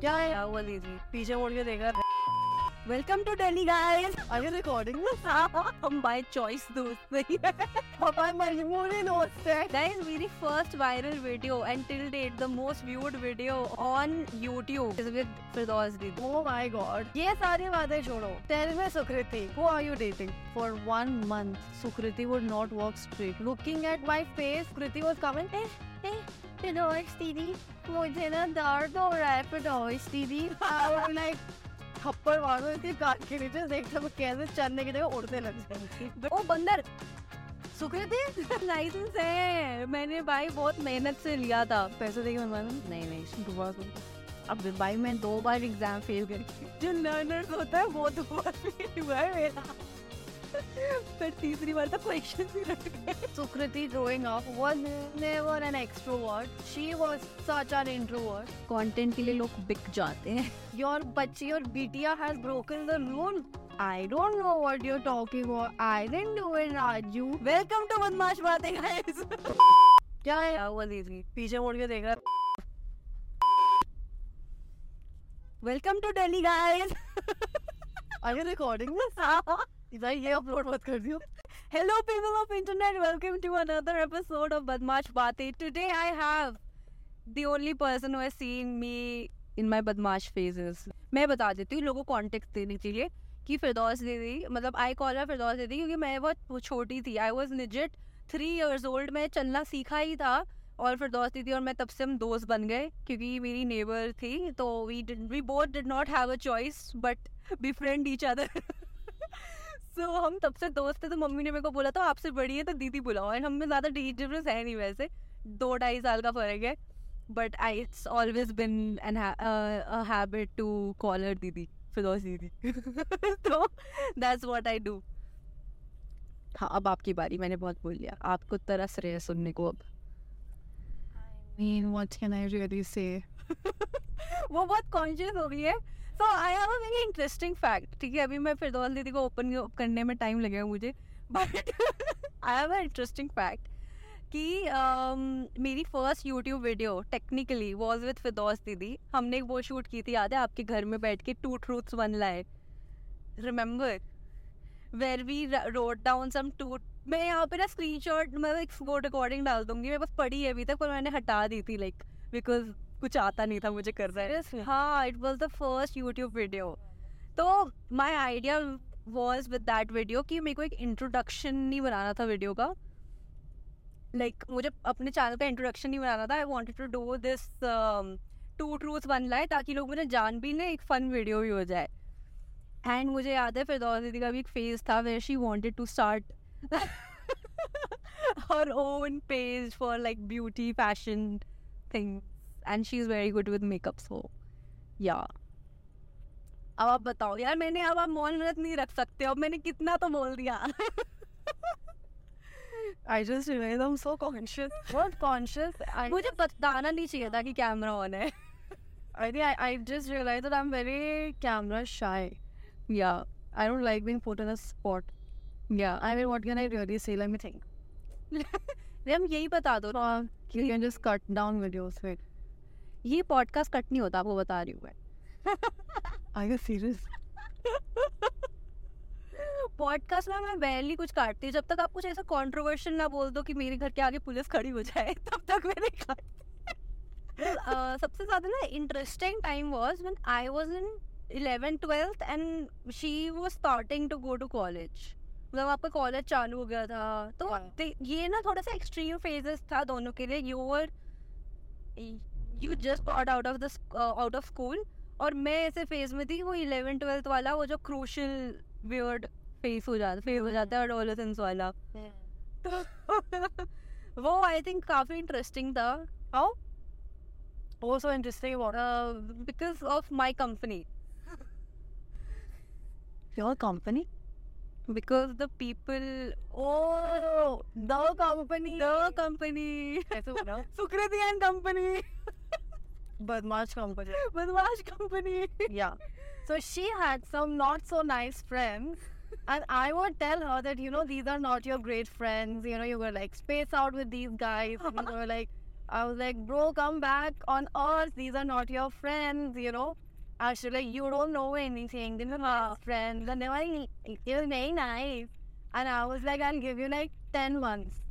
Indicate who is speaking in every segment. Speaker 1: क्या है हाँ, वो ली थी पीछे मुड़ के देखा वेलकम टू दिल्ली गाइस अगर रिकॉर्डिंग में
Speaker 2: हाँ।
Speaker 1: था, हम बाय चॉइस दोस्त नहीं है
Speaker 2: हमारे मजबूरी दोस्त है
Speaker 1: That is very first viral video and till date the most viewed video on YouTube is with Firdaus Didi.
Speaker 2: Oh my god ये सारी बातें छोड़ो tell me Sukriti who are you dating for one month Sukriti would not walk straight looking at my face Kriti was coming ए ए Firoz didi मुझे ना दर्द हो रहा है फिरोज दीदी आई लाइक थप्पड़ मारो इसके कान के नीचे देखते वो कैसे चलने की जगह उड़ने लग जाएंगे
Speaker 1: ओ बंदर सुकृति लाइसेंस है मैंने भाई बहुत मेहनत से लिया था
Speaker 2: पैसे देके बनवाना
Speaker 1: नहीं नहीं
Speaker 2: दोबारा सुन।
Speaker 1: अब भाई मैं दो बार एग्जाम फेल करके जो लर्नर्स होता है वो दो बार फेल हुआ है मेरा फिर तीसरी बार तो क्वेश्चन भी रट गए
Speaker 2: Sukriti growing up was never an extrovert. She was such an introvert.
Speaker 1: Content के लिए लोग बिक जाते हैं
Speaker 2: Your bachi or bitia has broken the rule. I don't know what you're talking about. I didn't do it, Raju.
Speaker 1: Welcome to बदमाश बातें guys
Speaker 2: क्या है
Speaker 1: क्या हुआ दीदी
Speaker 2: पीछे मुड़ के देख रहा है
Speaker 1: वेलकम टू दिल्ली गाइस
Speaker 2: अरे रिकॉर्डिंग में भाई ये अपलोड मत कर दियो
Speaker 1: hello people of internet welcome to another episode of Badmash Baatein today I have the only person who has seen me in my बदमाश फेजेस मैं बता देती हूँ लोगों को कॉन्टेक्स्ट देने के लिए कि फिरदौस दीदी मतलब आई कॉल हर फिरदौस दीदी क्योंकि मैं बहुत छोटी थी आई वॉज निजिट थ्री ईयर्स ओल्ड मैं चलना सीखा ही था और फिरदौस दीदी और मैं तब से हम दोस्त बन गए क्योंकि मेरी नेबर थी तो we we both did not have a choice but be friend each other so हम तब से दोस्त थे तो मम्मी ने मेरे को बोला तो आपसे बड़ी है तो दीदी बुलाओ एंड हमें ज़्यादा एज डिफरेंस है नहीं वैसे दो ढाई साल का फ़र्क है but I it's always been an habit to call her didi Firdaus दीदी तो दैट्स व्हाट आई डू हाँ अब आपकी बारी मैंने बहुत बोल लिया आपको तरस रहे हैं सुनने को अब
Speaker 2: mean, what can I really say?
Speaker 1: वो बहुत कॉन्शियस हो गई है so I have a very interesting fact ठीक है अभी मैं फिरदौल दीदी को ओपन करने में टाइम लगेगा मुझे but I have a interesting fact कि um, मेरी first YouTube video technically was with फिरदौस दीदी हमने एक वो शूट की थी याद है आपके घर में बैठ के two truths one lie remember where we rode down some to मैं यहाँ पे ना स्क्रीन शॉट मतलब एक वो रिकॉर्डिंग डाल दूंगी मेरे पास पड़ी है अभी तक पर मैंने हटा दी थी लाइक बिकॉज कुछ आता नहीं था मुझे कर रहा है हाँ it was the first YouTube video तो my idea was with that video कि मेरे को एक इंट्रोडक्शन नहीं बनाना था वीडियो का लाइक like, मुझे अपने चैनल का इंट्रोडक्शन नहीं बनाना था I wanted to do this um, two truth one lie ताकि लोग मुझे जान भी लें एक फन वीडियो भी हो जाए एंड मुझे याद है फिरदौस दीदी का भी एक फेज था where she wanted to start her own page for like beauty fashion things and she is very good with makeup so या अब आप बताओ यार मैंने अब आप मौन व्रत नहीं रख सकते अब मैंने कितना तो बोल दिया
Speaker 2: I just realized I'm so conscious. What conscious? I,
Speaker 1: मुझे बताना नहीं चाहिए था कि कैमरा ऑन है
Speaker 2: I think I, I just realized that I'm very camera shy.
Speaker 1: या
Speaker 2: I don't like being put in a spot.
Speaker 1: या
Speaker 2: I mean, what can I really say? Let me think.
Speaker 1: हम यही बता दो
Speaker 2: Uh, you can just cut down videos. Wait.
Speaker 1: ये podcast cut नहीं होता आपको बता रही हूँ मैं
Speaker 2: Are you serious?
Speaker 1: पॉडकास्ट में मैं बैरली कुछ काटती हूँ जब तक आप कुछ ऐसा कंट्रोवर्शियल ना बोल दो कि मेरे घर के आगे पुलिस खड़ी हो जाए तब तक मैं नहीं काटती अ, सबसे ज़्यादा ना interesting time was one I was in eleven twelfth and she was starting to go to college मतलब आपका कॉलेज चालू हो गया था तो
Speaker 2: हाँ।
Speaker 1: ते- ये ना थोड़ा सा एक्सट्रीम फेजेस था दोनों के लिए you were you just got out of the out of school और मैं ऐसे फेज में थी वो इलेवन ट्वेल्थ वाला वो जो क्रूशल वियर्ड फेस हो जाता फेस हो जाता है एडोलेसेंस वाला
Speaker 2: Hmm.
Speaker 1: तो वो आई थिंक काफी इंटरेस्टिंग था how
Speaker 2: Also interesting about
Speaker 1: uh, because of my company
Speaker 2: your company.
Speaker 1: Because the people
Speaker 2: Oh, the company.
Speaker 1: The company
Speaker 2: ऐसे बोला
Speaker 1: सुकृति एंड कंपनी
Speaker 2: बदमाश कंपनी
Speaker 1: बदमाश company
Speaker 2: yeah. So she had some not so nice friends. And I would tell her that, you know, these are not your great friends. You know, you were like, space out with these guys. And you were like, I was like, bro, come back on earth. These are not your friends, you know. Actually, like, you don't know anything. These are not friends. And they were like, it was very nice. And I was like, I'll give you like 10 months.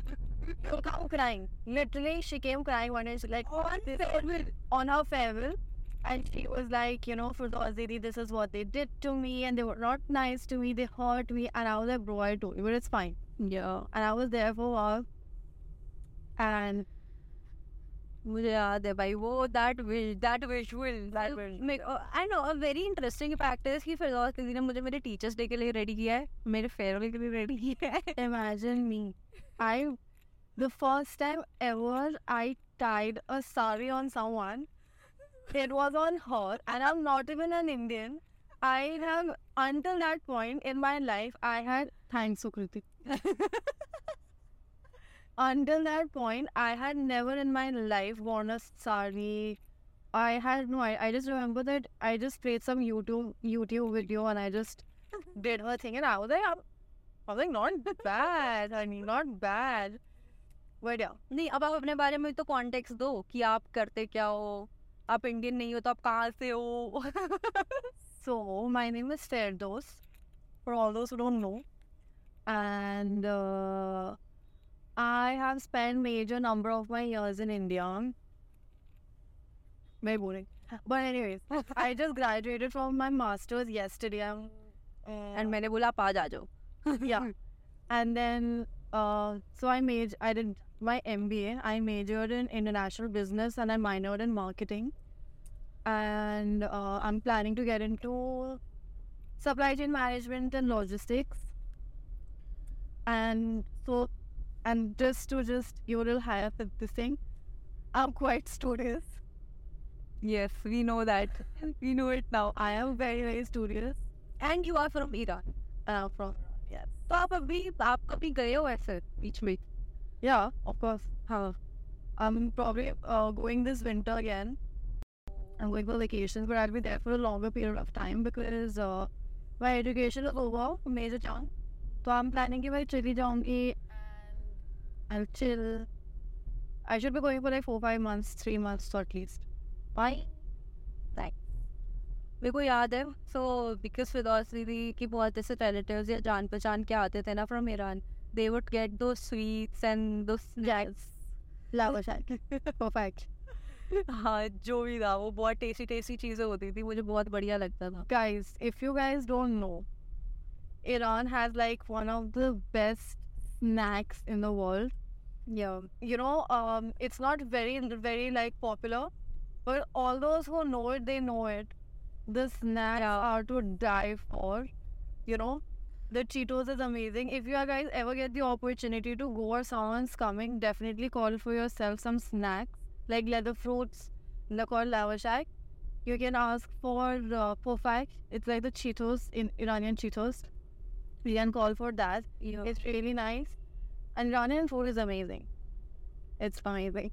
Speaker 2: So come crying. Literally, she came crying one day. She's like,
Speaker 1: On
Speaker 2: this-
Speaker 1: farewell.
Speaker 2: on her farewell. And she was like, you know, for the Aziri, this is what they did to me. And they were not nice to me. They hurt me. And I was like, bro, I told you, but it's fine
Speaker 1: Yeah.
Speaker 2: and I was there for a while. And
Speaker 1: मुझे याद है भाई वो that Vij that visual
Speaker 2: "Oh, That visual.
Speaker 1: I know a very interesting fact है कि Firdaus किसी ने मुझे मेरे टीचर्स डे के लिए रेडी किया है मेरे फेयरवेल के लिए रेडी किया है
Speaker 2: imagine me, I, the first time ever I tied a sari on someone, it was on her, and I'm not even an Indian. I have until that point in my life, I had thanks Sukriti. Until that point, I had never in my life worn a sari. I had no. I, I just remember that I just played some YouTube YouTube video and I just did her thing, and I was like, I'm, I was like, not bad, honey, not bad. But yeah,
Speaker 1: नहीं अब आप अपने बारे में तो context दो कि आप करते क्या हो आप इंडियन नहीं हो तो आप कहाँ से हो
Speaker 2: so my name is Ferdos. For all those who don't know, and uh, I have spent major number of my years in India. Very boring, but anyways, I just graduated from my masters yesterday. um, I'm,
Speaker 1: and मैंने बोला आप आज आ जाओ
Speaker 2: yeah and then uh, so i made i did my mba i majored in international business and i minored in marketing and uh, i'm planning to get into supply chain management and logistics and so and just to just you will higher at this thing i'm quite studious
Speaker 1: yes we know that we know it now
Speaker 2: i am very very studious
Speaker 1: and you are from Iran
Speaker 2: uh, from yes
Speaker 1: तो आप अभी आप कभी गए हो ऐसे बीच में
Speaker 2: yeah of course
Speaker 1: हाँ
Speaker 2: I'm probably uh, going this winter again. I'm going for vacations, but I'll be there for a longer period of time because uh, my education is over, major chunk. So I'm planning कि मैं चली जाऊँगी and I'll chill. I should be going for like four, five months, three months at least. Bye.
Speaker 1: मेरे को याद है so because Firdaus didi की बहुत ऐसे रिलेटिव्स या जान पहचान के आते थे ना from Iran they would get those sweets and those
Speaker 2: Love shack. Perfect.
Speaker 1: हाँ जो भी था वो बहुत टेस्टी टेस्टी चीज़ें होती थी मुझे बहुत बढ़िया लगता था
Speaker 2: Guys, if you guys don't know, Iran has like one of the best snacks in the world.
Speaker 1: Yeah.
Speaker 2: you know, um, it's not very, very like popular, but all those who know it, they know it. The snacks are to die for, you know. The Cheetos is amazing. If you guys ever get the opportunity to go or someone's coming, definitely call for yourself some snacks like leather fruits, they're called lavashak. You can ask for uh, pofak. It's like the Cheetos in Iranian Cheetos. You can call for that.
Speaker 1: yeah.
Speaker 2: It's really nice. And Iranian food is amazing. It's amazing.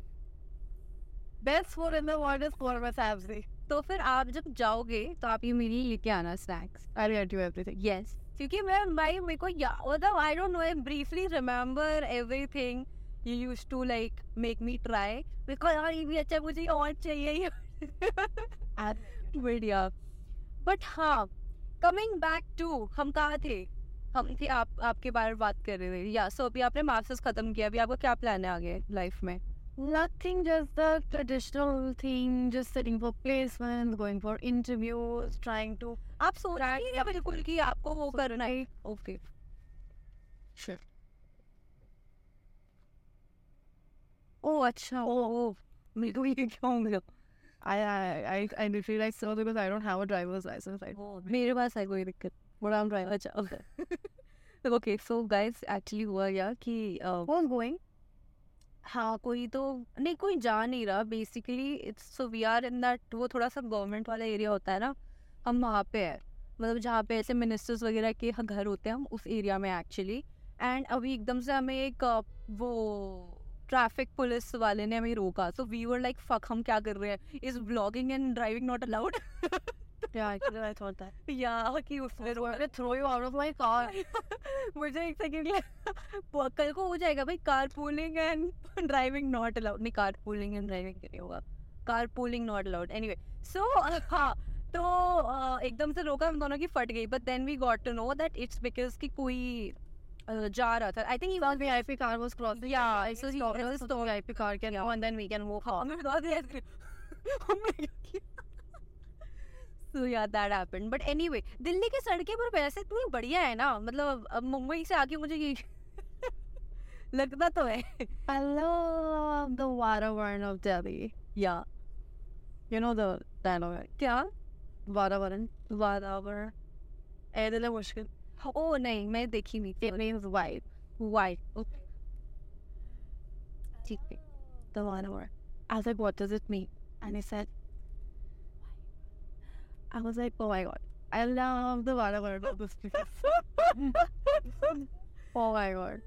Speaker 2: Best food in the world is korma sabzi.
Speaker 1: तो फिर आप जब जाओगे तो आप ये मेरे लिए लेके आना snacks
Speaker 2: I'll get you everything.
Speaker 1: Yes क्योंकि मैं भाई मेरे को या मतलब I don't know I briefly remember everything you use to like make me try because यार ये भी अच्छा मुझे ये और चाहिए ये
Speaker 2: And
Speaker 1: बढ़िया बट हाँ कमिंग बैक टू हम कहाँ थे हम थे आप आपके बारे में बात कर रहे थे या सो अभी आपने मास्टर्स खत्म किया अभी आपका क्या प्लान है आगे लाइफ में
Speaker 2: nothing, just the traditional thing, just sitting for placements, going for interviews, trying to.
Speaker 1: आप सोच रही हैं बिल्कुल कि आपको वो करना है ओके
Speaker 2: Sure.
Speaker 1: ओ अच्छा ओ ओ मेरे को ये क्या हो गया
Speaker 2: I, I, I, I literally like so because I don't have a driver's license. I
Speaker 1: मेरे पास है कोई दिक्कत बड़ा हम ड्राइवर अच्छा okay okay so guys actually हुआ या कि अ,
Speaker 2: was going?
Speaker 1: हाँ कोई तो नहीं कोई जा नहीं रहा basically it's so we are in that वो थोड़ा सा गवर्नमेंट वाला एरिया होता है ना हम वहाँ पे है मतलब जहाँ पे ऐसे मिनिस्टर्स वगैरह के ह- घर होते हैं हम उस एरिया में एक्चुअली एंड अभी एकदम से हमें एक अ, वो ट्रैफिक पुलिस वाले ने हमें रोका so we were like fuck हम क्या कर रहे हैं is blogging and driving not allowed
Speaker 2: Yeah, actually, I thought that.
Speaker 1: या कि उसमें
Speaker 2: oh I'm going to throw you out of my car.
Speaker 1: मुझे एक सेकंड लगा कल को हो जाएगा भाई car pooling and driving not allowed नहीं कार पूलिंग एंड ड्राइविंग नहीं होगा car pooling not allowed anyway so हाँ तो अ, एकदम से रोका हम दोनों की फट गई but then we got to know that it's because कि कोई अ, जा रहा था I think
Speaker 2: Because VIP car was crossing.
Speaker 1: Yeah, it's
Speaker 2: it's a
Speaker 1: just
Speaker 2: stop.
Speaker 1: normal
Speaker 2: So the VIP car can go and then we can walk home.
Speaker 1: हमें बता Oh दिया सो या that happened but anyway Delhi की सड़कें पर वैसे इतनी बढ़िया है ना मतलब अब मुंबई से आके मुझे ये लगता तो है
Speaker 2: I love the Varavaran of Delhi.
Speaker 1: या
Speaker 2: You know the uh, dialogue, right?
Speaker 1: क्या
Speaker 2: Varavaran.
Speaker 1: वातावरण
Speaker 2: Eh, dile mushkil.
Speaker 1: ओ नहीं मैं देखी नहीं
Speaker 2: It means white.
Speaker 1: वाइट
Speaker 2: ठीक है The Varavaran. I was like, what does it mean? And he said, I was like, oh my god. I love the Varavaran of this place. oh my god.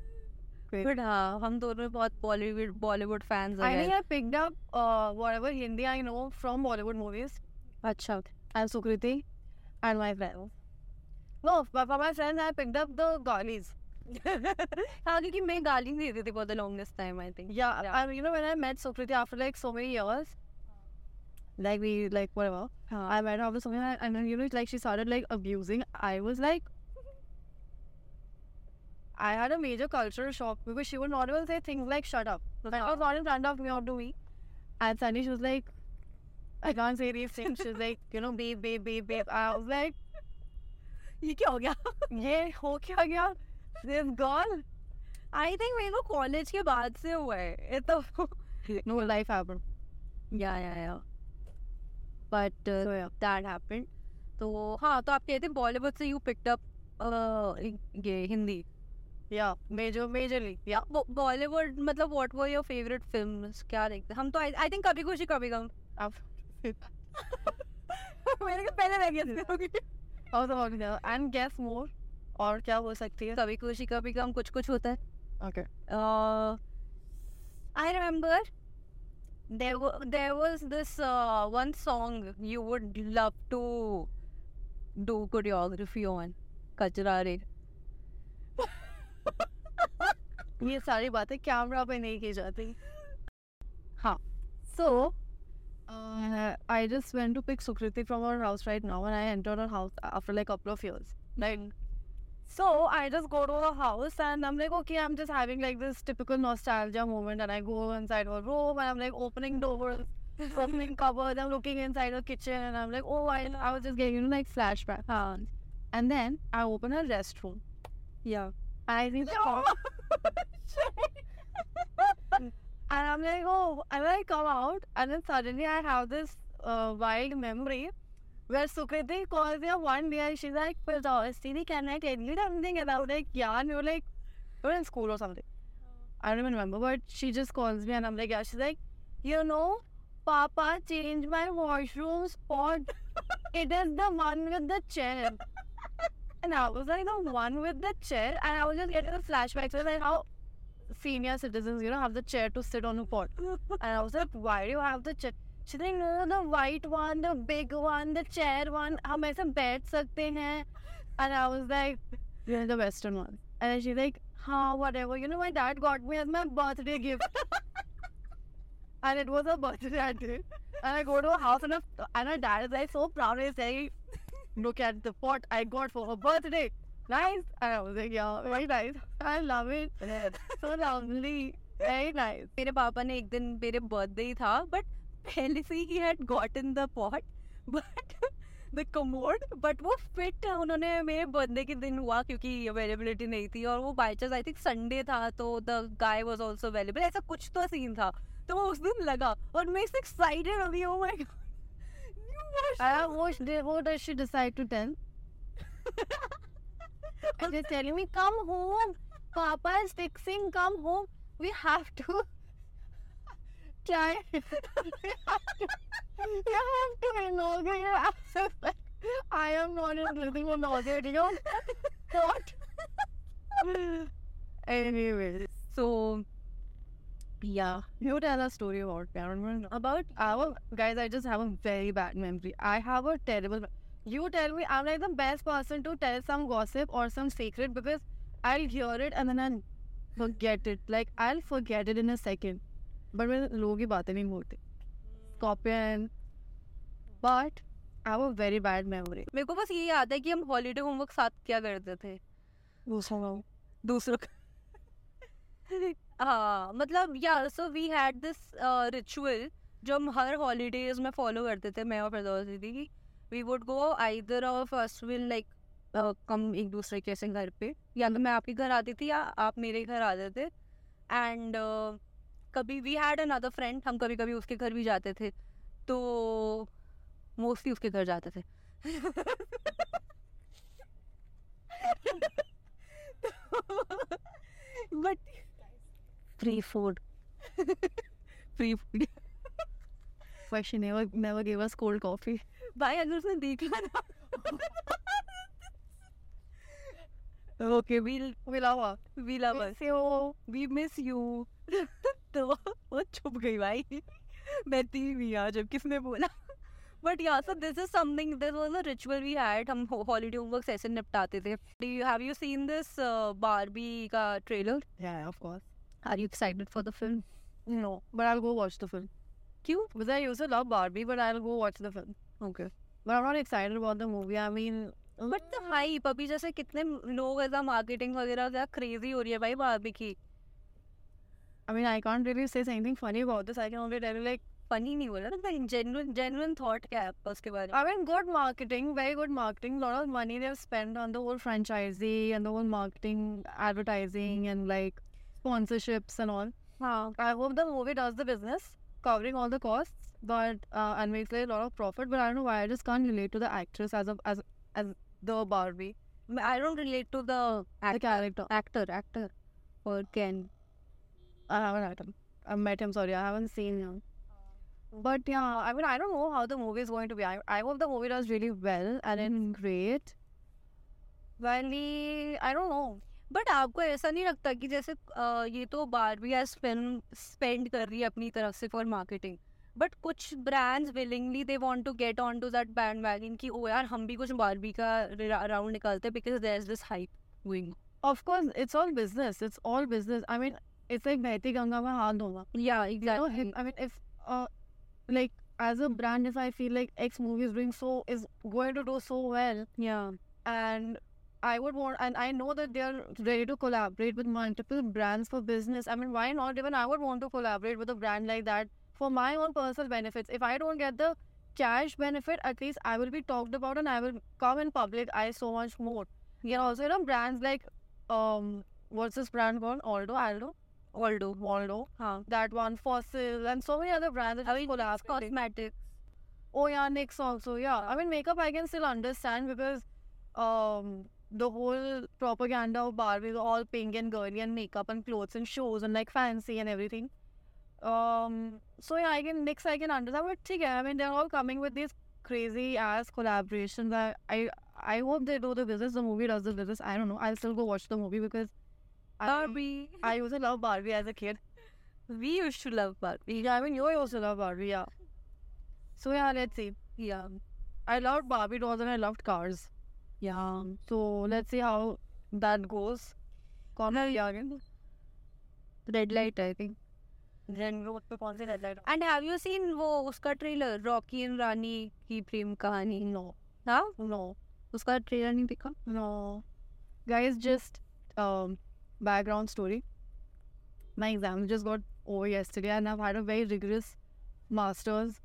Speaker 1: But हाँ हम दोनों बहुत Bollywood Bollywood fans
Speaker 2: I think
Speaker 1: हैं
Speaker 2: I picked up uh, whatever Hindi I know from Bollywood movies.
Speaker 1: अच्छा
Speaker 2: I'm Sukriti and my friends. No, but for my friends, I picked up the Galis.
Speaker 1: हाँ क्योंकि मैं गाली नहीं देती थी for the longest time I think
Speaker 2: Yeah, I, you know, when I met Sukriti after like so many years, like we, like whatever, I met her after so many years, and then, you know, like she started like abusing. I was like, I had a major cultural shock because she would not even say things like shut up. Like, I was not in front of me or to me. And suddenly she was like, I can't say these things. She was like, you know, babe, babe, babe, babe. I was like,
Speaker 1: ये क्या हो गया
Speaker 2: ये हो क्या गया this girl
Speaker 1: I think मेरे को कॉलेज के बाद से हुआ है ये तो
Speaker 2: no life happened
Speaker 1: yeah yeah yeah but
Speaker 2: so या
Speaker 1: दैट हैपेंड तो हाँ तो आप कहते बॉलीवुड से यू पिक्ड अप ये हिंदी
Speaker 2: या मेजर मेजरली या
Speaker 1: बॉलीवुड मतलब whatever your favourite films क्या देखते हम तो आई थिंक कभी खुशी कभी गम
Speaker 2: अब
Speaker 1: मेरे को पहले लग गया
Speaker 2: और तो और एंड गेस मोर और क्या हो सकती है
Speaker 1: कभी खुशी कभी गम Kuch Kuch Hota Hai
Speaker 2: okay
Speaker 1: uh, I remember there wa- there was this uh, one song you would love to do choreography on, Kachra Re.
Speaker 2: ये सारी बातें कैमरा पे नहीं की जाती हाँ uh, so I just went to pick Sukriti from our house right now and I entered our house after like couple of years
Speaker 1: Like,
Speaker 2: So I just go to a house and I'm like, okay, I'm just having like this typical nostalgia moment, and I go inside her room and I'm like opening doors, opening cupboards, I'm looking inside her kitchen, and I'm like, oh, I, I was just getting you know like flashback.
Speaker 1: huh,
Speaker 2: And then I open her restroom.
Speaker 1: yeah.
Speaker 2: I think and I'm like, oh, and then I come out, and then suddenly I have this uh, wild memory where Sukriti calls me up one day and she's like, Firdaus, Siri, can I tell you something? And I'm like, yeah, and you're like, you're in school or something. I don't even remember, but she just calls me, and I'm like, yeah, she's like, you know, Papa changed my washroom spot. It is the one with the chair. And I was like the one with the chair, and I was just getting the flashbacks of like how senior citizens, you know, have the chair to sit on a pot. And I was like, why do you have the chair? She's like, no, the white one, the big one, the chair one. हम ऐसे बैठ सकते हैं. And I was like, yeah, the western one. And then she's like, huh, whatever. You know, my dad got me as my birthday gift. and it was her birthday that day. And I go to her house and her, and her dad is like so proud. He's like, look at the pot I got for her birthday. Nice. And I was like, yeah, very nice. I love it. So lovely. Very nice.
Speaker 1: मेरे पापा ने एक दिन मेरे birthday ही था but पहले से ही had gotten the pot but the commode but वो फिट uh, उन्होंने मेरे बर्थडे के दिन हुआ क्योंकि अवेलेबिलिटी नहीं थी और वो by chance I think Sunday था तो the guy was also available ऐसा कुछ तो सीन था तो वो उस दिन लगा और मैं इससे एक्साइटेड हो गई oh oh my
Speaker 2: I
Speaker 1: God
Speaker 2: what, what does she decide to tell? And they're telling me, come home. Papa is fixing, come home. We have to try. we have to, we have to inaugurate your access. I am not interested in inaugurating your thought. Anyways,
Speaker 1: so
Speaker 2: yeah. You tell a story about Karen. About our guys, I just have a very bad memory. I have a terrible. You tell me, I'm like the best person to tell some gossip or some secret because I'll hear it and then I'll forget it. Like I'll forget it in a second. But when लोग ये बातें नहीं बोलते. Scorpion. But I have a very bad memory.
Speaker 1: मेरे को बस ये याद है कि हम हॉलीडे होमवर्क साथ क्या करते थे
Speaker 2: दूसरा
Speaker 1: दूसरों का हाँ मतलब या so we had this ritual uh, जो हम हर हॉलीडेज में फॉलो करते थे मैं और प्रदोष दीदी की we would go either of us will like come uh, एक दूसरे के ऐसे घर पे या तो मैं आपके घर आती थी या आप मेरे घर आते थे एंड कभी वी हैड अनदर फ्रेंड हम कभी कभी उसके घर भी जाते थे तो मोस्टली उसके घर जाते थे but free food free food
Speaker 2: Why she never never gave us cold coffee.
Speaker 1: भाई अगर उसने देख लिया ना okay we
Speaker 2: We love her.
Speaker 1: We love us
Speaker 2: So
Speaker 1: we miss you तो वो छुप गई भाई मैं थी भी यार जब किसने बोला but yeah so this is something this was a ritual we had हम हॉलीडे होमवर्क ऐसे निपटाते थे do you have you seen this Barbie uh, का trailer
Speaker 2: yeah, of course.
Speaker 1: Are you excited for the film
Speaker 2: No, but I'll go watch the film.
Speaker 1: क्यों
Speaker 2: Because I used to love Barbie, but I'll go watch the film.
Speaker 1: Okay
Speaker 2: But I'm not excited about the movie. I mean,
Speaker 1: but the hype अभी जैसे कितने लोग ऐसा marketing वगैरह क्या crazy हो रही है भाई बारबी की
Speaker 2: I mean, I can't really say anything funny about this. I can only tell you like,
Speaker 1: funny नहीं मतलब बोला ना जेन्युइन जेन्युइन थॉट क्या है आपका उसके बारे में
Speaker 2: I mean, good marketing, very good marketing. lot of money they've spent on the whole franchisee and the whole marketing, advertising, and like sponsorships and all.
Speaker 1: हाँ
Speaker 2: I hope the movie does the business, covering all the costs, but uh, and makes like, a lot of profit. But I don't know why I just can't relate to the actress as of as as the Barbie,
Speaker 1: I don't relate to the
Speaker 2: the character.
Speaker 1: Actor actor और can
Speaker 2: I haven't met him. I met him. Sorry, I haven't seen him. But yeah, I mean, I don't know how the movie is going to be. I, I hope the movie does really well and it's great. Really, I don't know.
Speaker 1: But आपको ऐसा नहीं लगता कि जैसे uh, ये तो Barbie as film spend कर रही है अपनी तरफ से फॉर मार्केटिंग बट कुछ brands willingly they want to get on to that bandwagon कि ओ यार हम भी कुछ बारबी का राउंड निकालते हैं because there is this hype going
Speaker 2: Of course, it's all business. It's all business. I mean, it's like Bheti Ganga mein haath dhona.
Speaker 1: Yeah
Speaker 2: You know,
Speaker 1: exactly
Speaker 2: if- I mean, if uh, like as a brand, if I feel like X movie is doing so is going to do so well,
Speaker 1: yeah
Speaker 2: and I would want, and I know that they are ready to collaborate with multiple brands for business. I mean, why not? Even I would want to collaborate with a brand like that for my own personal benefits. If I don't get the cash benefit, at least I will be talked about and I will come in public eye so much more. You know, also, you know, brands like, um, what's this brand called? Aldo, Aldo,
Speaker 1: Aldo
Speaker 2: Waldo,
Speaker 1: हाँ
Speaker 2: that one, Fossil, and so many other brands that
Speaker 1: I
Speaker 2: are
Speaker 1: mean, it's
Speaker 2: collaborating.
Speaker 1: cosmetic.
Speaker 2: Oh yeah, Nyx also. Yeah, I mean makeup I can still understand because um the whole propaganda of Barbie is all pink and girly and makeup and clothes and shoes and like fancy and everything. Um, so yeah, I can Nyx I can understand, but ठीक है, I mean they're all coming with these crazy ass collaborations. I I I hope they do the business. The movie does the business. I don't know. I'll still go watch the movie because
Speaker 1: हाँ,
Speaker 2: I
Speaker 1: Barbie.
Speaker 2: I used to love Barbie as a kid.
Speaker 1: We used to love Barbie.
Speaker 2: Yeah, I mean you used to love Barbie. Yeah. So yeah, let's see.
Speaker 1: Yeah.
Speaker 2: I loved Barbie dolls and I loved cars.
Speaker 1: Yeah.
Speaker 2: So let's see how that goes. Connor Yagan.
Speaker 1: Red light, I think.
Speaker 2: Then वो उस पे कौन सी headlight
Speaker 1: And have you seen वो उसका trailer Rocky and Rani Ki Prem Kahani
Speaker 2: No,
Speaker 1: हाँ
Speaker 2: no,
Speaker 1: उसका trailer नहीं देखा
Speaker 2: no. Guys, just um, background story. My exams just got over yesterday, and I've had a very rigorous masters.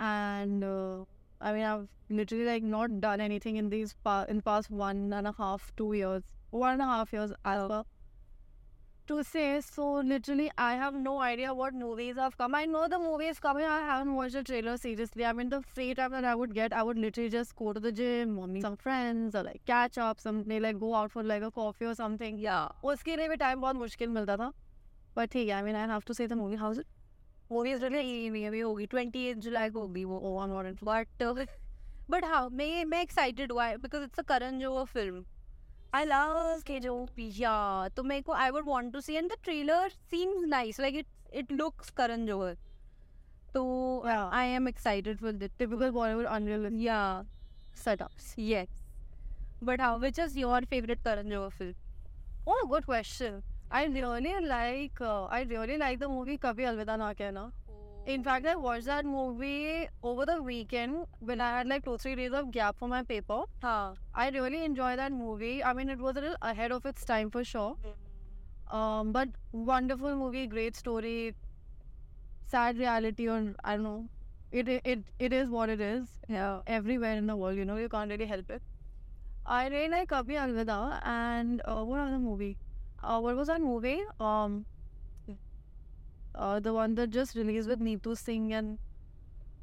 Speaker 2: And uh, I mean, I've literally like not done anything in these pa- in past one and a half, two years, one and a half years as per. to say. So literally, I have no idea what movies have come. I know the movie is coming. I haven't watched the trailer seriously. I mean, the free time that I would get, I would literally just go to the gym or meet some friends or like catch up, something like go out for like a coffee or something.
Speaker 1: या
Speaker 2: उसके लिए भी time बहुत मुश्किल मिलता था. But ठीक है. I mean, I have to say the movie how's it?
Speaker 1: Movie release नहीं अभी होगी ट्वेंटी एट जुलाई को होगी वो
Speaker 2: Oh, I'm not in.
Speaker 1: But but हाँ मैं मैं एक्साइटेड हुआ है because it's a Karan Johar film I love के जो या तो मेरे को I would want to see and the trailer seems nice like it it looks Karan Johar तो
Speaker 2: Yeah.
Speaker 1: I am excited for दिट
Speaker 2: Typical Bollywood unrealistic
Speaker 1: yeah हाँ,
Speaker 2: setups.
Speaker 1: Yes. But how? Which is your favorite Karan Johar film?
Speaker 2: Oh, good question. I really like uh, I really like the movie Kabhi Alvida Na Kehna. In fact, I watched that movie over the weekend when I had like two three days of gap for my paper.
Speaker 1: हाँ
Speaker 2: I really enjoy that movie. I mean, it was a little ahead of its time for sure. Um, but wonderful movie, great story, sad reality, or I don't know. It i- it it is what it is. Yeah, everywhere in the world, you know, you can't really help it. I really like Kabhi Alvida and uh, what other movie? Uh, what was that movie? Um, uh, the one that just released with Neetu Singh and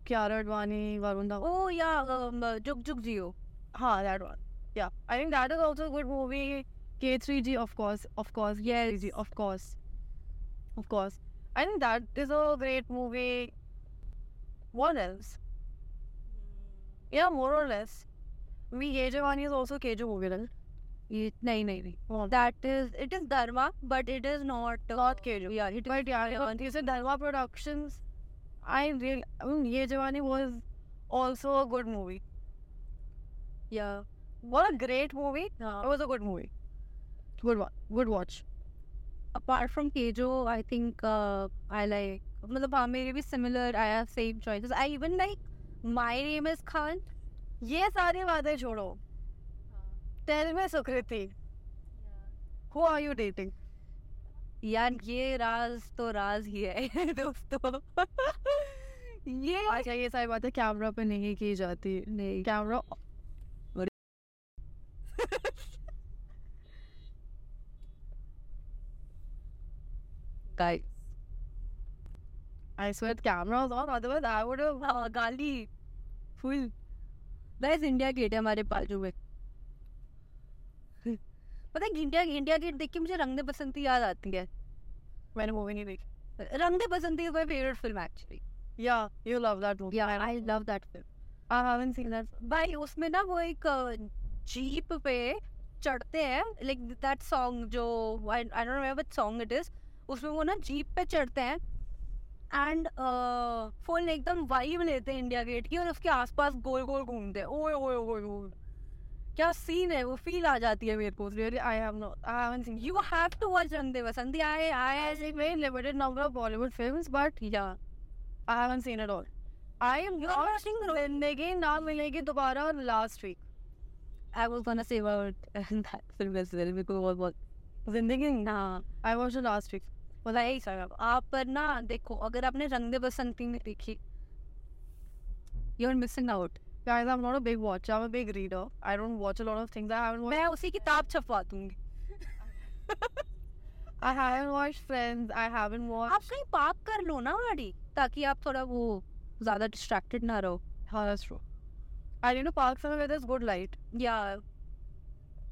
Speaker 2: Kiara Advani, Varun Dhawan.
Speaker 1: O Oh, या um, जुग जुग जियो
Speaker 2: Huh, that one. Yeah. I think that is also a good movie. K3G, of course. Of course. Yes. K3G, of course. Of course. I think that is a great movie. What else? Yeah, more or less. Me, K Jawani is also KJ movie, right?
Speaker 1: ये नहीं नहीं नहीं
Speaker 2: Oh.
Speaker 1: That is it is Dharma but it is not
Speaker 2: Not K
Speaker 1: yeah it
Speaker 2: But yeah, yeah, you said Dharma Productions. I really, I mean, Ye Jawani was also a good movie.
Speaker 1: Yeah
Speaker 2: What a great movie. It
Speaker 1: apart
Speaker 2: was a good movie. Good one. Good watch.
Speaker 1: from KJo i think uh, i like मतलब हाँ मेरे भी similar i have same choices i even like my name is khan
Speaker 2: ये सारी बातें छोड़ो tell me Sukriti who are you dating
Speaker 1: यार ये राज तो राज ही है दोस्तों ये
Speaker 2: अच्छा ये सारी बातें कैमरा पे नहीं की जाती
Speaker 1: नहीं
Speaker 2: camera
Speaker 1: guy
Speaker 2: I swear camera was on otherwise I would have
Speaker 1: हाँ, गाली फुल गाइस इंडिया गेट है हमारे बाजू में पता है इंडिया इंडिया गेट देख के मुझे रंग दे बसंती याद आती है
Speaker 2: मैंने मूवी नहीं देखी
Speaker 1: रंग दे तो बसंती is my favourite film actually
Speaker 2: yeah you love that movie
Speaker 1: yeah I love that film
Speaker 2: I haven't seen that
Speaker 1: भाई उसमें ना वो एक जीप पे चढ़ते हैं लाइक दैट सॉन्ग जो I don't remember what song it is उसमें वो ना जीप पे चढ़ते हैं एंड फुल एकदम वाइब लेते हैं इंडिया गेट की और उसके आसपास गोल गोल घूमते हैं ओए ओए ओए ओए क्या सीन है वो फील आ जाती है मेरे को
Speaker 2: really I have not I haven't seen
Speaker 1: you have to watch Rang De Basanti I I
Speaker 2: There's a very limited number of Bollywood films, but
Speaker 1: yeah
Speaker 2: I haven't seen it all. I am
Speaker 1: You're
Speaker 2: not
Speaker 1: watching Rohit.
Speaker 2: Zindagi Na Milegi दोबारा last week.
Speaker 1: I was gonna say about that film as well मेरे को बहुत बहुत
Speaker 2: जिंदगी ना
Speaker 1: ना
Speaker 2: I watched it last week.
Speaker 1: बोला यही सब आप पर ना देखो अगर आपने रंग दे बसंती नहीं देखी you are missing out
Speaker 2: Guys, I'm not a big watcher. I'm a big reader. I don't watch a lot of things. I haven't watched.
Speaker 1: मैं उसी किताब छपवा दूंगी
Speaker 2: I haven't watched Friends. I haven't watched.
Speaker 1: आप कहीं पाप कर लो ना गाड़ी ताकि आप थोड़ा वो ज्यादा डिस्ट्रैक्टेड ना रहो
Speaker 2: हाँ, that's true. I need to park somewhere where there's good light.
Speaker 1: या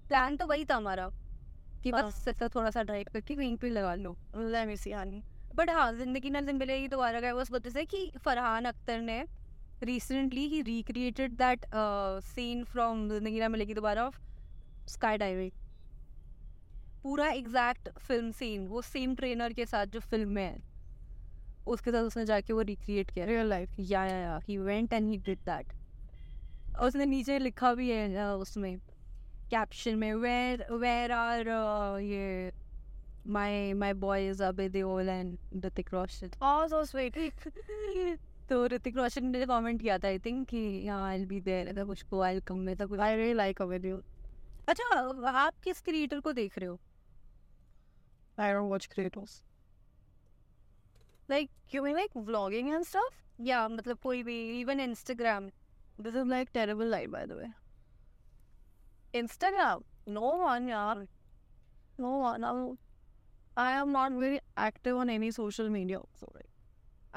Speaker 1: प्लान तो वही था हमारा कि
Speaker 2: हाँ।
Speaker 1: बस सिर्फ थोड़ा सा ड्राइव करके वहीं पे लगा लो
Speaker 2: Let me see, honey.
Speaker 1: But हाँ जिंदगी ना जिंदगी मिलेगी दोबारा गए उस वजह से कि फरहान अख्तर ने रिसेंटली ही recreated that scene from Zindagi Na Milegi Dobara of sky diving पूरा एग्जैक्ट फिल्म सीन वो सेम ट्रेनर के साथ जो फिल्म में है उसके साथ उसने जाके वो रिक्रिएट किया
Speaker 2: Real life.
Speaker 1: Yeah yeah yeah he went and he did that और उसने नीचे लिखा भी है uh, उसमें कैप्शन में वेयर वेयर आर ये my my boys Abhay Deol and Hrithik Roshan
Speaker 2: Oh, so sweet.
Speaker 1: तो ऋतिक रोशन ने कमेंट किया था आई थिंक कि आई विल बी देयर ऐसा कुछ को आई विल कम ऐसा कुछ
Speaker 2: I really like a video.
Speaker 1: अच्छा आप किस क्रिएटर को देख रहे हो
Speaker 2: I don't watch creators. Like you mean like vlogging and stuff?
Speaker 1: या मतलब कोई भी even Instagram
Speaker 2: This is like terrible light, by the way. Instagram. No one, yaar. No one. I'm, I am not very active on any social media. So like,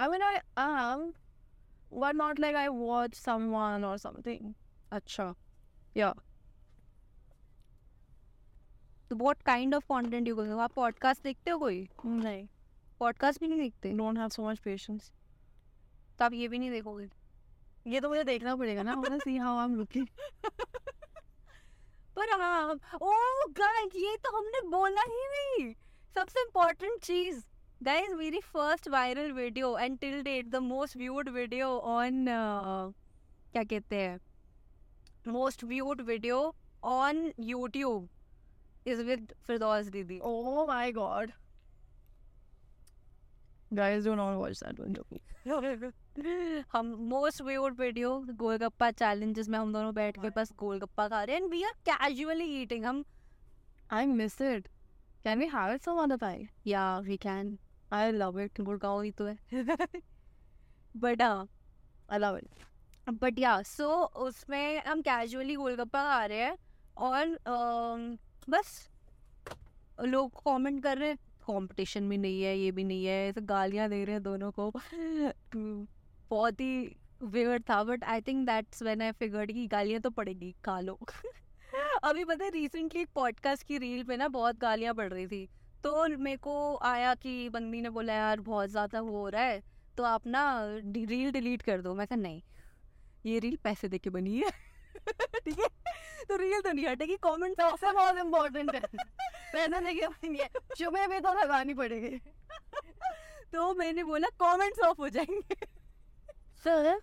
Speaker 2: I mean, I am, but not like I watch someone or something.
Speaker 1: अच्छा
Speaker 2: Yeah.
Speaker 1: तो what kind of content you आप podcast देखते हो कोई
Speaker 2: No.
Speaker 1: Podcast भी नहीं देखते
Speaker 2: Don't have so much patience.
Speaker 1: तो आप ये भी नहीं देखोगे
Speaker 2: ये तो मुझे देखना पड़ेगा ना I see how I am looking
Speaker 1: पर हाँ ओ गाइस ये तो हमने बोला ही नहीं सबसे इम्पोर्टेंट चीज दैट इज मेरी first viral video and till date the most viewed video on uh, क्या कहते हैं most viewed video on YouTube is with Firdaus Didi.
Speaker 2: Oh my god. Guys, do not watch that one. Joking.
Speaker 1: हम most wayward video golgappa challenge जिसमें हम दोनों बैठ के बस गोलगप्पा खा रहे हैं and we are casually eating हम
Speaker 2: I miss it. Can we have it some other time?
Speaker 1: Yeah we can
Speaker 2: I love it.
Speaker 1: Gurgaon ही तो है बट हाँ
Speaker 2: I love it.
Speaker 1: But yeah so उसमें हम कैजुअली गोलगप्पा खा रहे हैं और um, अम, बस लोग कमेंट कर रहे हैं कंपटीशन भी नहीं है ये भी नहीं है ऐसे गालियां दे रहे हैं दोनों को बहुत ही वियर्ड था but I think that's when I figured कि गालियां तो पड़ेगी खा लो अभी पता है रिसेंटली एक पॉडकास्ट की रील पे ना बहुत गालियां पड़ रही थी तो मेरे को आया कि बंदी ने बोला यार बहुत ज़्यादा वो हो रहा है तो आप ना रील डिलीट कर दो मैं कहा नहीं ये रील पैसे देके बनी है ठीक है तो रील तो नहीं हटेगी कमेंट
Speaker 2: सबसे बहुत इम्पोर्टेंट है पैसा देखिए नहीं है चुभे भी तो लगानी पड़ेगी
Speaker 1: तो मैंने बोला कमेंट्स ऑफ हो जाएंगे
Speaker 2: sir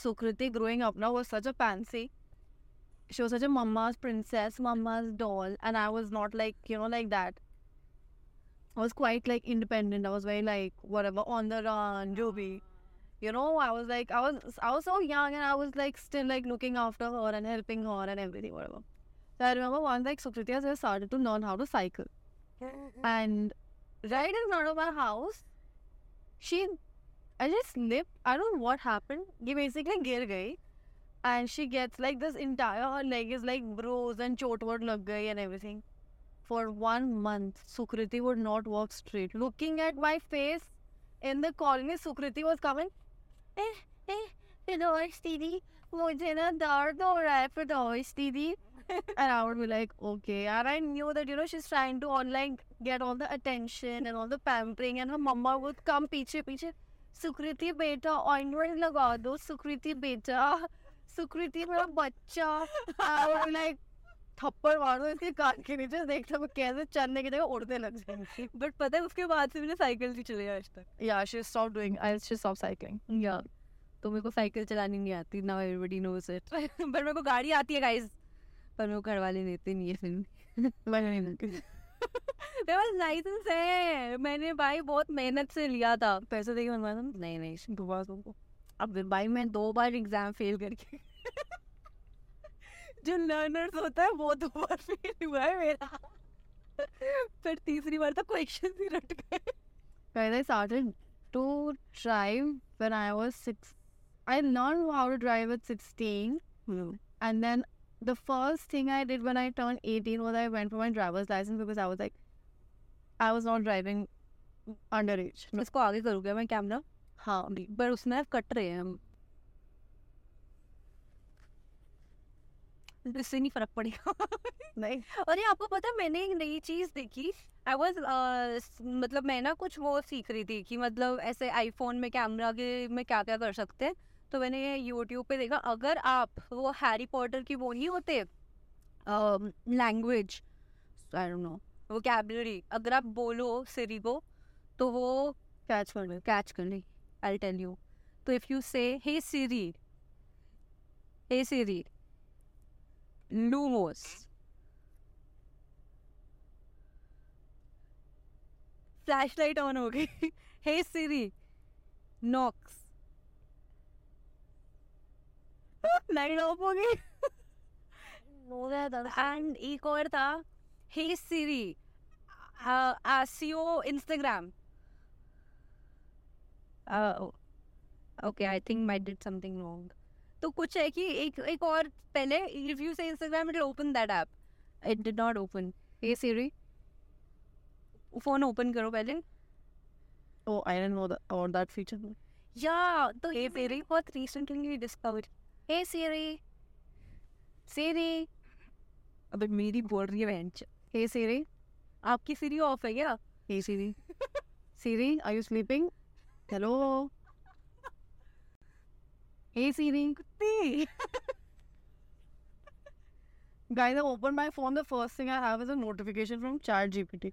Speaker 2: Sukriti growing up now was such a pansy she was such a mama's princess mama's doll and i was not like you know like that i was quite like independent i was very like whatever on the run do be you know i was like i was i was so young and i was like still like looking after her and helping her and everything whatever so i remember once like sukriti has just started to learn how to cycle and right in front of my house she I just slipped. I don't know what happened. He basically गिर गई and she gets like this entire her leg is like bruised and chot word lag gayi and everything. For one month, Sukriti would not walk straight. Looking at my face in the colony, Sukriti was coming. Eh, eh, Fidosh दीदी मुझे ना दर्द हो रहा है Fidosh Didi and I would be like, okay. And I knew that, you know, she's trying to all like get all the attention and all the pampering and her mama would come piche piche. Sukriti बेटा ointment लगा दो सुकृति बेटा सुकृति मेरा बच्चा और like थप्पड़ मारो इसके कान के नीचे देखता हूँ कैसे चलने की जगह उड़ने लग जाएंगे
Speaker 1: बट पता है उसके बाद से मैंने साइकिल नहीं चलाई आज तक
Speaker 2: yeah she stop doing I she stop cycling
Speaker 1: yeah तो मेरे को साइकिल चलानी नहीं आती नाउ एवरीबॉडी नोस इट पर मेरे को गाड़ी आती है गाइस पर मेरे को घर वाले देते नहीं है फिल्म
Speaker 2: मैंने नहीं
Speaker 1: मेरे पास लाइसेंस है मैंने भाई बहुत मेहनत से लिया था पैसे देके बनवाया था नहीं नहीं
Speaker 2: दोबारा तुमको
Speaker 1: अब भाई मैं दो बार एग्जाम फेल करके जो लर्नर्स होता है वो दो बार फेल हुआ है मेरा फिर तीसरी बार तो क्वेश्चन ही रट गए
Speaker 2: Guys, I started to drive when I was six. I learned how to drive at 16. And then the first thing I did when I turned 18 was I went for my driver's license because I was like, I was not driving underage. No.
Speaker 1: इसको आगे करूँगा मैं camera
Speaker 2: Huh.
Speaker 1: पर उसमें कट रहे हैं हम इससे नहीं फर्क पड़ेगा
Speaker 2: Like,
Speaker 1: अरे आपको पता है मैंने एक नई चीज देखी आई वॉज मतलब मैं ना कुछ वो सीख रही थी कि मतलब ऐसे आईफोन में कैमरा के में क्या क्या कर सकते हैं तो मैंने ये यूट्यूब पे देखा अगर आप वो हैरी पॉटर की वो नहीं होते लैंग्वेज आई डोंट नो वो कैबलरी अगर आप बोलो सिरी को तो वो
Speaker 2: catch one.
Speaker 1: कैच कर ली आई टेल यू तो if you say hey Siri hey Siri Lumos flash light on हो गई हे सीरी नॉक्स लाइट ऑफ हो गई
Speaker 2: No, that
Speaker 1: एंड एक और था uh, hey Siri Accio Instagram Uh, oh, okay I think I did something wrong तो कुछ है कि एक एक और पहले रिव्यू से Instagram it open that app it did not open hey Siri phone open करो पहले
Speaker 2: Oh, I didn't know that about that feature.
Speaker 1: या तो ये सीरी बहुत recently discover
Speaker 2: Hey Siri. Siri.
Speaker 1: अबे मेरी बोल रही है बेंच
Speaker 2: Hey Siri.
Speaker 1: आपकी सीरी ऑफ है क्या
Speaker 2: Hey Siri. Siri, are you sleeping? Hello. Hey Siri.
Speaker 1: ती
Speaker 2: Guys, I opened my phone. The first thing I have is a notification from ChatGPT.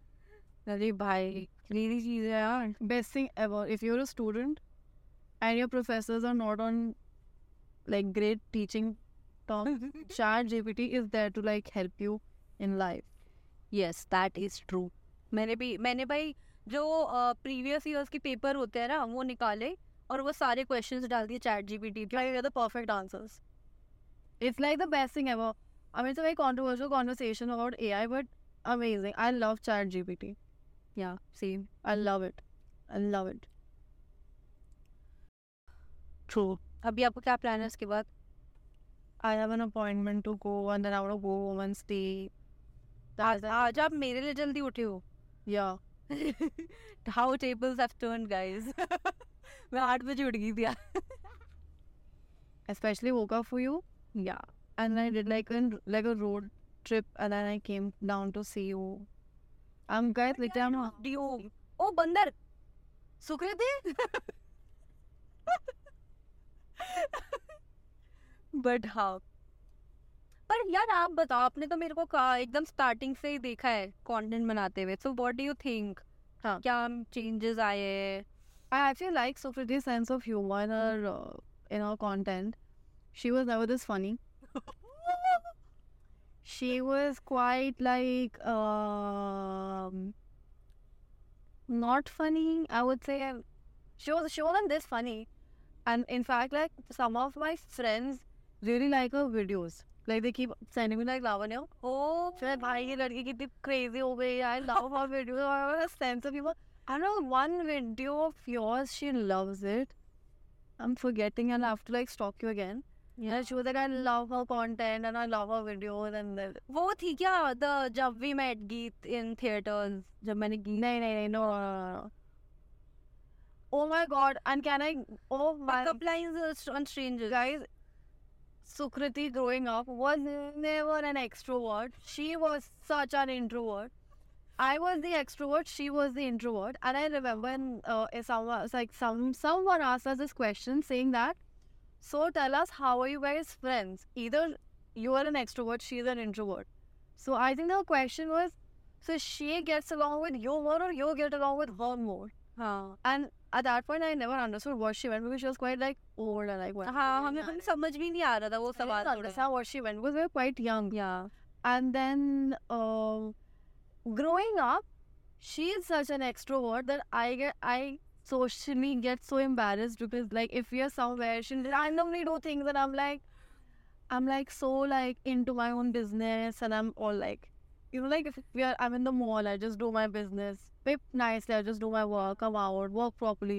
Speaker 1: अरे भाई मेरी चीज़ है यार
Speaker 2: Best thing ever. If you're a student and your professors are not on like great teaching terms, ChatGPT is there to like help you in life.
Speaker 1: Yes that is true मैंने भी मैंने भाई जो प्रीवियस ईयर्स के paper होते हैं ना वो निकाले और वो सारे क्वेश्चंस डाल दिए chat GPT
Speaker 2: Like the perfect answers. It's like the best thing ever. I mean, it's a very controversial conversation about AI, but amazing. I love ChatGPT.
Speaker 1: Yeah same
Speaker 2: I love it. I love it.
Speaker 1: True अभी आपको क्या plan है उसके बाद
Speaker 2: I have an appointment to go, and then I want to go home and stay.
Speaker 1: आज
Speaker 2: That's it.
Speaker 1: आज आप मेरे लिए जल्दी उठे हो
Speaker 2: Yeah.
Speaker 1: How tables have turn guys मैं आठ बजे उठ गई थी
Speaker 2: Especially woke up for you,
Speaker 1: yeah
Speaker 2: and I did like an like a road trip, and then I came down to see you. I'm guys, literally, I'm not.
Speaker 1: डी ओ बंदर Sukriti but हाँ पर यार आप बताओ आपने तो मेरे को कहा एकदम स्टार्टिंग से ही देखा है कंटेंट बनाते हुए so what do you think
Speaker 2: हाँ।
Speaker 1: क्या चेंजेस आए हैं
Speaker 2: I actually like Sukriti's sense of humor in her uh, in her content. She was never this funny. She was quite like um not funny. I would say um, she was she wasn't this funny, and in fact, like some of my friends really like her videos. Like they keep sending me like Lavanya,
Speaker 1: ओ
Speaker 2: फिर भाई ये लड़की कितनी crazy हो गई I love her video I sense of humour I know one video of yours she loves it I am forgetting I have to like stalk you again And she was like, I love her content and I love her videos and the...
Speaker 1: वो थी क्या the जब we met गीत in theatres जब मैंने गीत
Speaker 2: नहीं नहीं नहीं no no no no oh my god and can I oh my
Speaker 1: pickup lines on strangers
Speaker 2: guys Sukriti growing up was never an extrovert she was such an introvert I was the extrovert she was the introvert and I remember when uh, if someone it's like some someone asked us this question saying that so tell us how are you guys friends either you are an extrovert she's an introvert so I think the question was so she gets along with you more or you get along with her more
Speaker 1: हाँ
Speaker 2: and at that point I never understood what she meant because she was quite like old and like what
Speaker 1: हाँ हमें हमें समझ भी नहीं आ रहा था वो
Speaker 2: I didn't
Speaker 1: सवाल थोड़ा सा
Speaker 2: understand what she meant because we were quite young.
Speaker 1: या
Speaker 2: And then uh, growing up, she is such an extrovert that I get I socially get so embarrassed because like if we are somewhere, she'll randomly do things and I'm like I'm like so like into my own business and I'm all like you know like if we are I'm in the mall, I just do my business. Pip nicely, I just do my work, come out, work properly.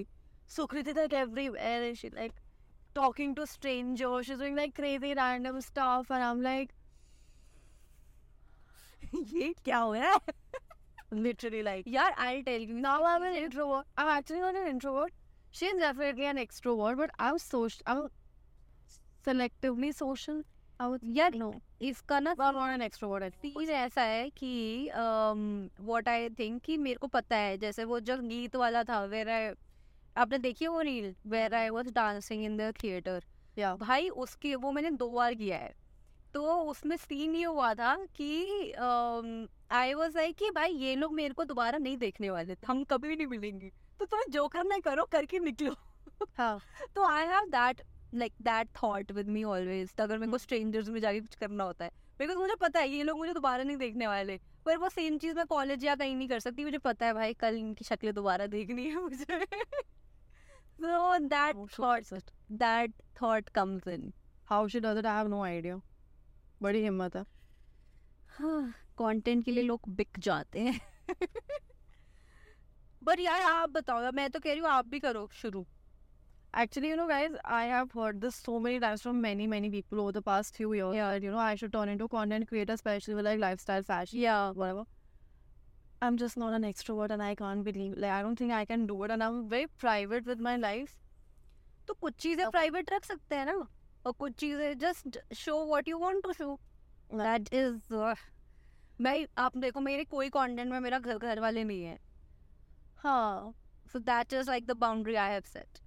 Speaker 2: Sukriti like everywhere and she like talking to strangers, she's doing like crazy random stuff and I'm like
Speaker 1: ये क्या हो रहा है
Speaker 2: literally like
Speaker 1: यार I tell you
Speaker 2: now I'm an introvert. I'm actually not an introvert. She's definitely an extrovert, but I'm social. I'm selectively social. I would
Speaker 1: यार
Speaker 2: no.
Speaker 1: इसका ना
Speaker 2: But I'm not an extrovert. I think.
Speaker 1: Scene ऐसा है कि what I think कि मेरे को पता है जैसे वो जो गीत वाला था वेर आई आपने देखी है वो reel where I was dancing in the theatre
Speaker 2: Yeah.
Speaker 1: भाई उसके वो मैंने दो बार किया है तो उसमें सीन ये हुआ था कि आई वाज लाइक कि भाई ये लोग मेरे को दोबारा नहीं देखने वाले हम कभी भी नहीं मिलेंगे तो तुम्हें जो करना है करो करके निकलो
Speaker 2: हाँ।
Speaker 1: तो I have that like that thought with me always अगर मेरे को स्ट्रेंजर्स में जाके कुछ करना होता है बिकॉज मुझे पता है ये लोग मुझे दोबारा नहीं देखने वाले पर वो सेम चीज़ मैं कॉलेज या कहीं नहीं कर सकती मुझे पता है भाई कल इनकी शक्लें दोबारा देखनी है मुझे सो that
Speaker 2: How she
Speaker 1: thought
Speaker 2: does it.
Speaker 1: That thought comes in
Speaker 2: How she does it, I have no idea. बड़ी हिम्मत है
Speaker 1: कंटेंट के लिए लोग बिक जाते हैं पर यार आप बताओ मैं तो कह रही हूँ आप भी करो शुरू
Speaker 2: Actually, you know, guys, I have heard this so many times from many, many people over the past few years. Yeah. That, you know, I should turn into a content creator, especially with like lifestyle, fashion,
Speaker 1: या
Speaker 2: whatever. I'm just not an extrovert, and I can't believe. Like, I don't think I can do it, and I'm very private with my life.
Speaker 1: तो कुछ चीजें
Speaker 2: Okay.
Speaker 1: Private रख सकते हैं ना और कुछ चीजें just show what you want to show that is मैं uh, आप देखो मेरे कोई कंटेंट में मेरा घर घर वाले नहीं है
Speaker 2: हाँ
Speaker 1: so that is like the boundary I have set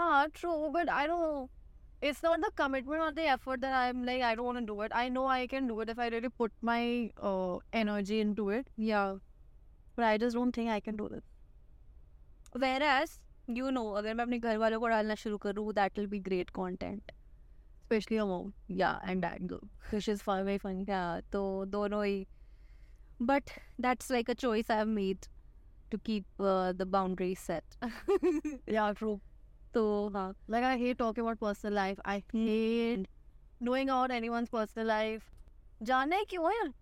Speaker 2: Huh, true, but I don't know. It's not the commitment or the effort that I'm like, I don't want to do it. I know I can do it if I really put my uh, energy into it,
Speaker 1: yeah
Speaker 2: but I just don't think I can do it.
Speaker 1: Where as you know अगर मैं अपने घर वालों को डालना शुरू करूँ that will be great content
Speaker 2: Especially your mom,
Speaker 1: yeah
Speaker 2: and dad, girl. 'Cause she's fun, very funny.
Speaker 1: या तो दोनों ही But that's like a choice I've made to keep uh, the boundaries set.
Speaker 2: Yeah, true.
Speaker 1: So, हाँ,
Speaker 2: Like I hate talking about personal life. I hate knowing about anyone's personal life. जाने क्यों यार?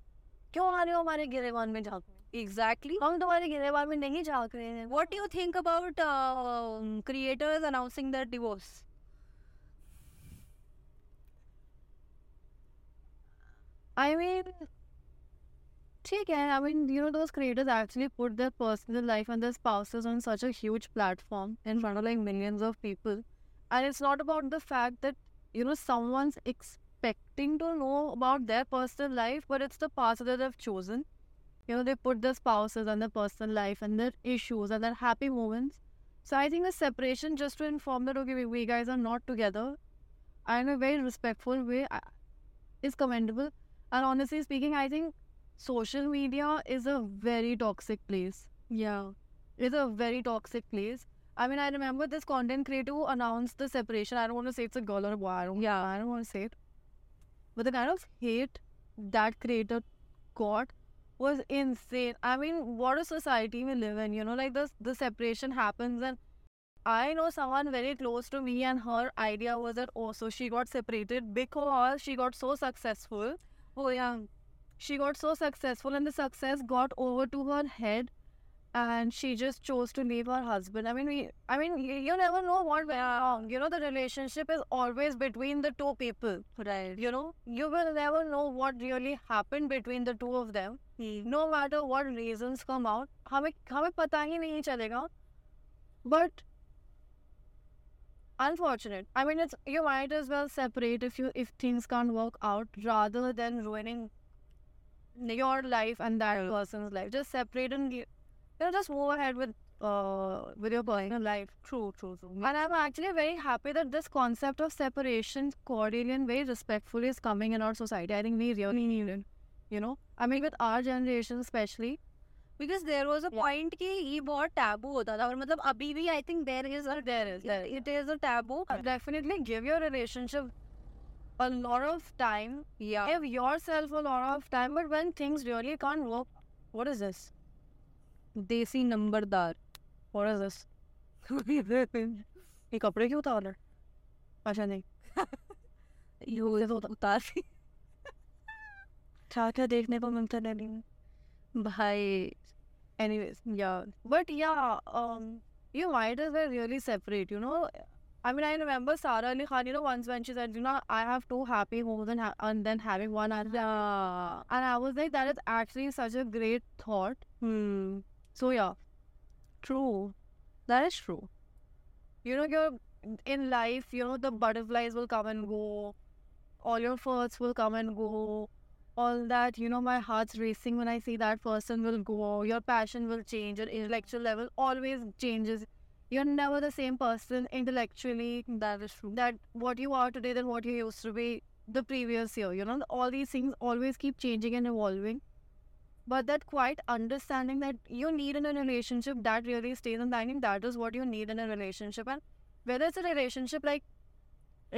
Speaker 2: क्यों आ रहे हो हमारे गिरेबान में झाँक
Speaker 1: exactly.
Speaker 2: हम तुम्हारे गिरेबान में नहीं झाँक रहे हैं
Speaker 1: What do you think about um creators announcing their divorce?
Speaker 2: I mean, ठीक है. I mean, you know, those creators actually put their personal life and their spouses on such a huge platform in front of like millions of people, and it's not about the fact that you know someone's expecting to know about their personal life, but it's the path that they've chosen. You know, they put their spouses and their personal life and their issues and their happy moments. So I think a separation just to inform that okay, we, we guys are not together, and in a very respectful way, I- is commendable. And honestly speaking, I think social media is a very toxic place.
Speaker 1: Yeah.
Speaker 2: It's a very toxic place. I mean, I remember this content creator who announced the separation. I don't want to say it's a girl or a boy. I don't,
Speaker 1: Yeah.
Speaker 2: I don't want to say it. But the kind of hate that creator got was insane. I mean, what a society we live in. You know, like the the separation happens, and I know someone very close to me, and her idea was that oh, so she got separated because she got so successful
Speaker 1: Oh yeah.
Speaker 2: she got so successful and the success got over to her head and she just chose to leave her husband i mean we i mean you, you never know what went wrong you know the relationship is always between the two people
Speaker 1: Right.
Speaker 2: you know you will never know what really happened between the two of them
Speaker 1: Hmm.
Speaker 2: no matter what reasons come out हमें हमें पता ही नहीं चलेगा but unfortunate I mean it's you might as well separate if you if things can't work out rather than ruining your life and that person's life just separate and you know just move ahead with uh with your personal life
Speaker 1: True. True. True.
Speaker 2: and I'm actually very happy that this concept of separation cordially and very respectfully is coming in our society. I think we really need it. You know? I mean with our generation especially.
Speaker 1: because there was a
Speaker 2: Yeah.
Speaker 1: point कि ये बहुत taboo होता था और मतलब अभी भी I think there is a
Speaker 2: There is there.
Speaker 1: it is a taboo
Speaker 2: Definitely give your relationship a lot of time.
Speaker 1: yeah
Speaker 2: Give yourself a lot of time, but when things really can't work, what is this?
Speaker 1: desi numberदार
Speaker 2: What is this? ये कपड़े क्यों उतार रहे? अच्छा नहीं
Speaker 1: यो
Speaker 2: तो उता-
Speaker 1: उतार दी।
Speaker 2: क्या क्या देखने को मिलता नहीं
Speaker 1: भाई
Speaker 2: Anyways, yeah. But yeah, um, you might as well really separate, you know. I mean, I remember Sara Ali Khan, you know, once when she said, you know, I have two happy homes and, ha- and then having one other.
Speaker 1: yeah
Speaker 2: And I was like, that is actually such a great thought.
Speaker 1: hmm
Speaker 2: So yeah,
Speaker 1: true that is true
Speaker 2: you know, you're in life, you know, the butterflies will come and go, all your thoughts will come and go, all that, you know, my heart's racing when I see that person will go, your passion will change, your intellectual level always changes. You're never the same person intellectually,
Speaker 1: that is true
Speaker 2: that what you are today than what you used to be the previous year. You know, all these things always keep changing and evolving. But that quite understanding that you need in a relationship that really stays, and I think that is what you need in a relationship. And whether it's a relationship like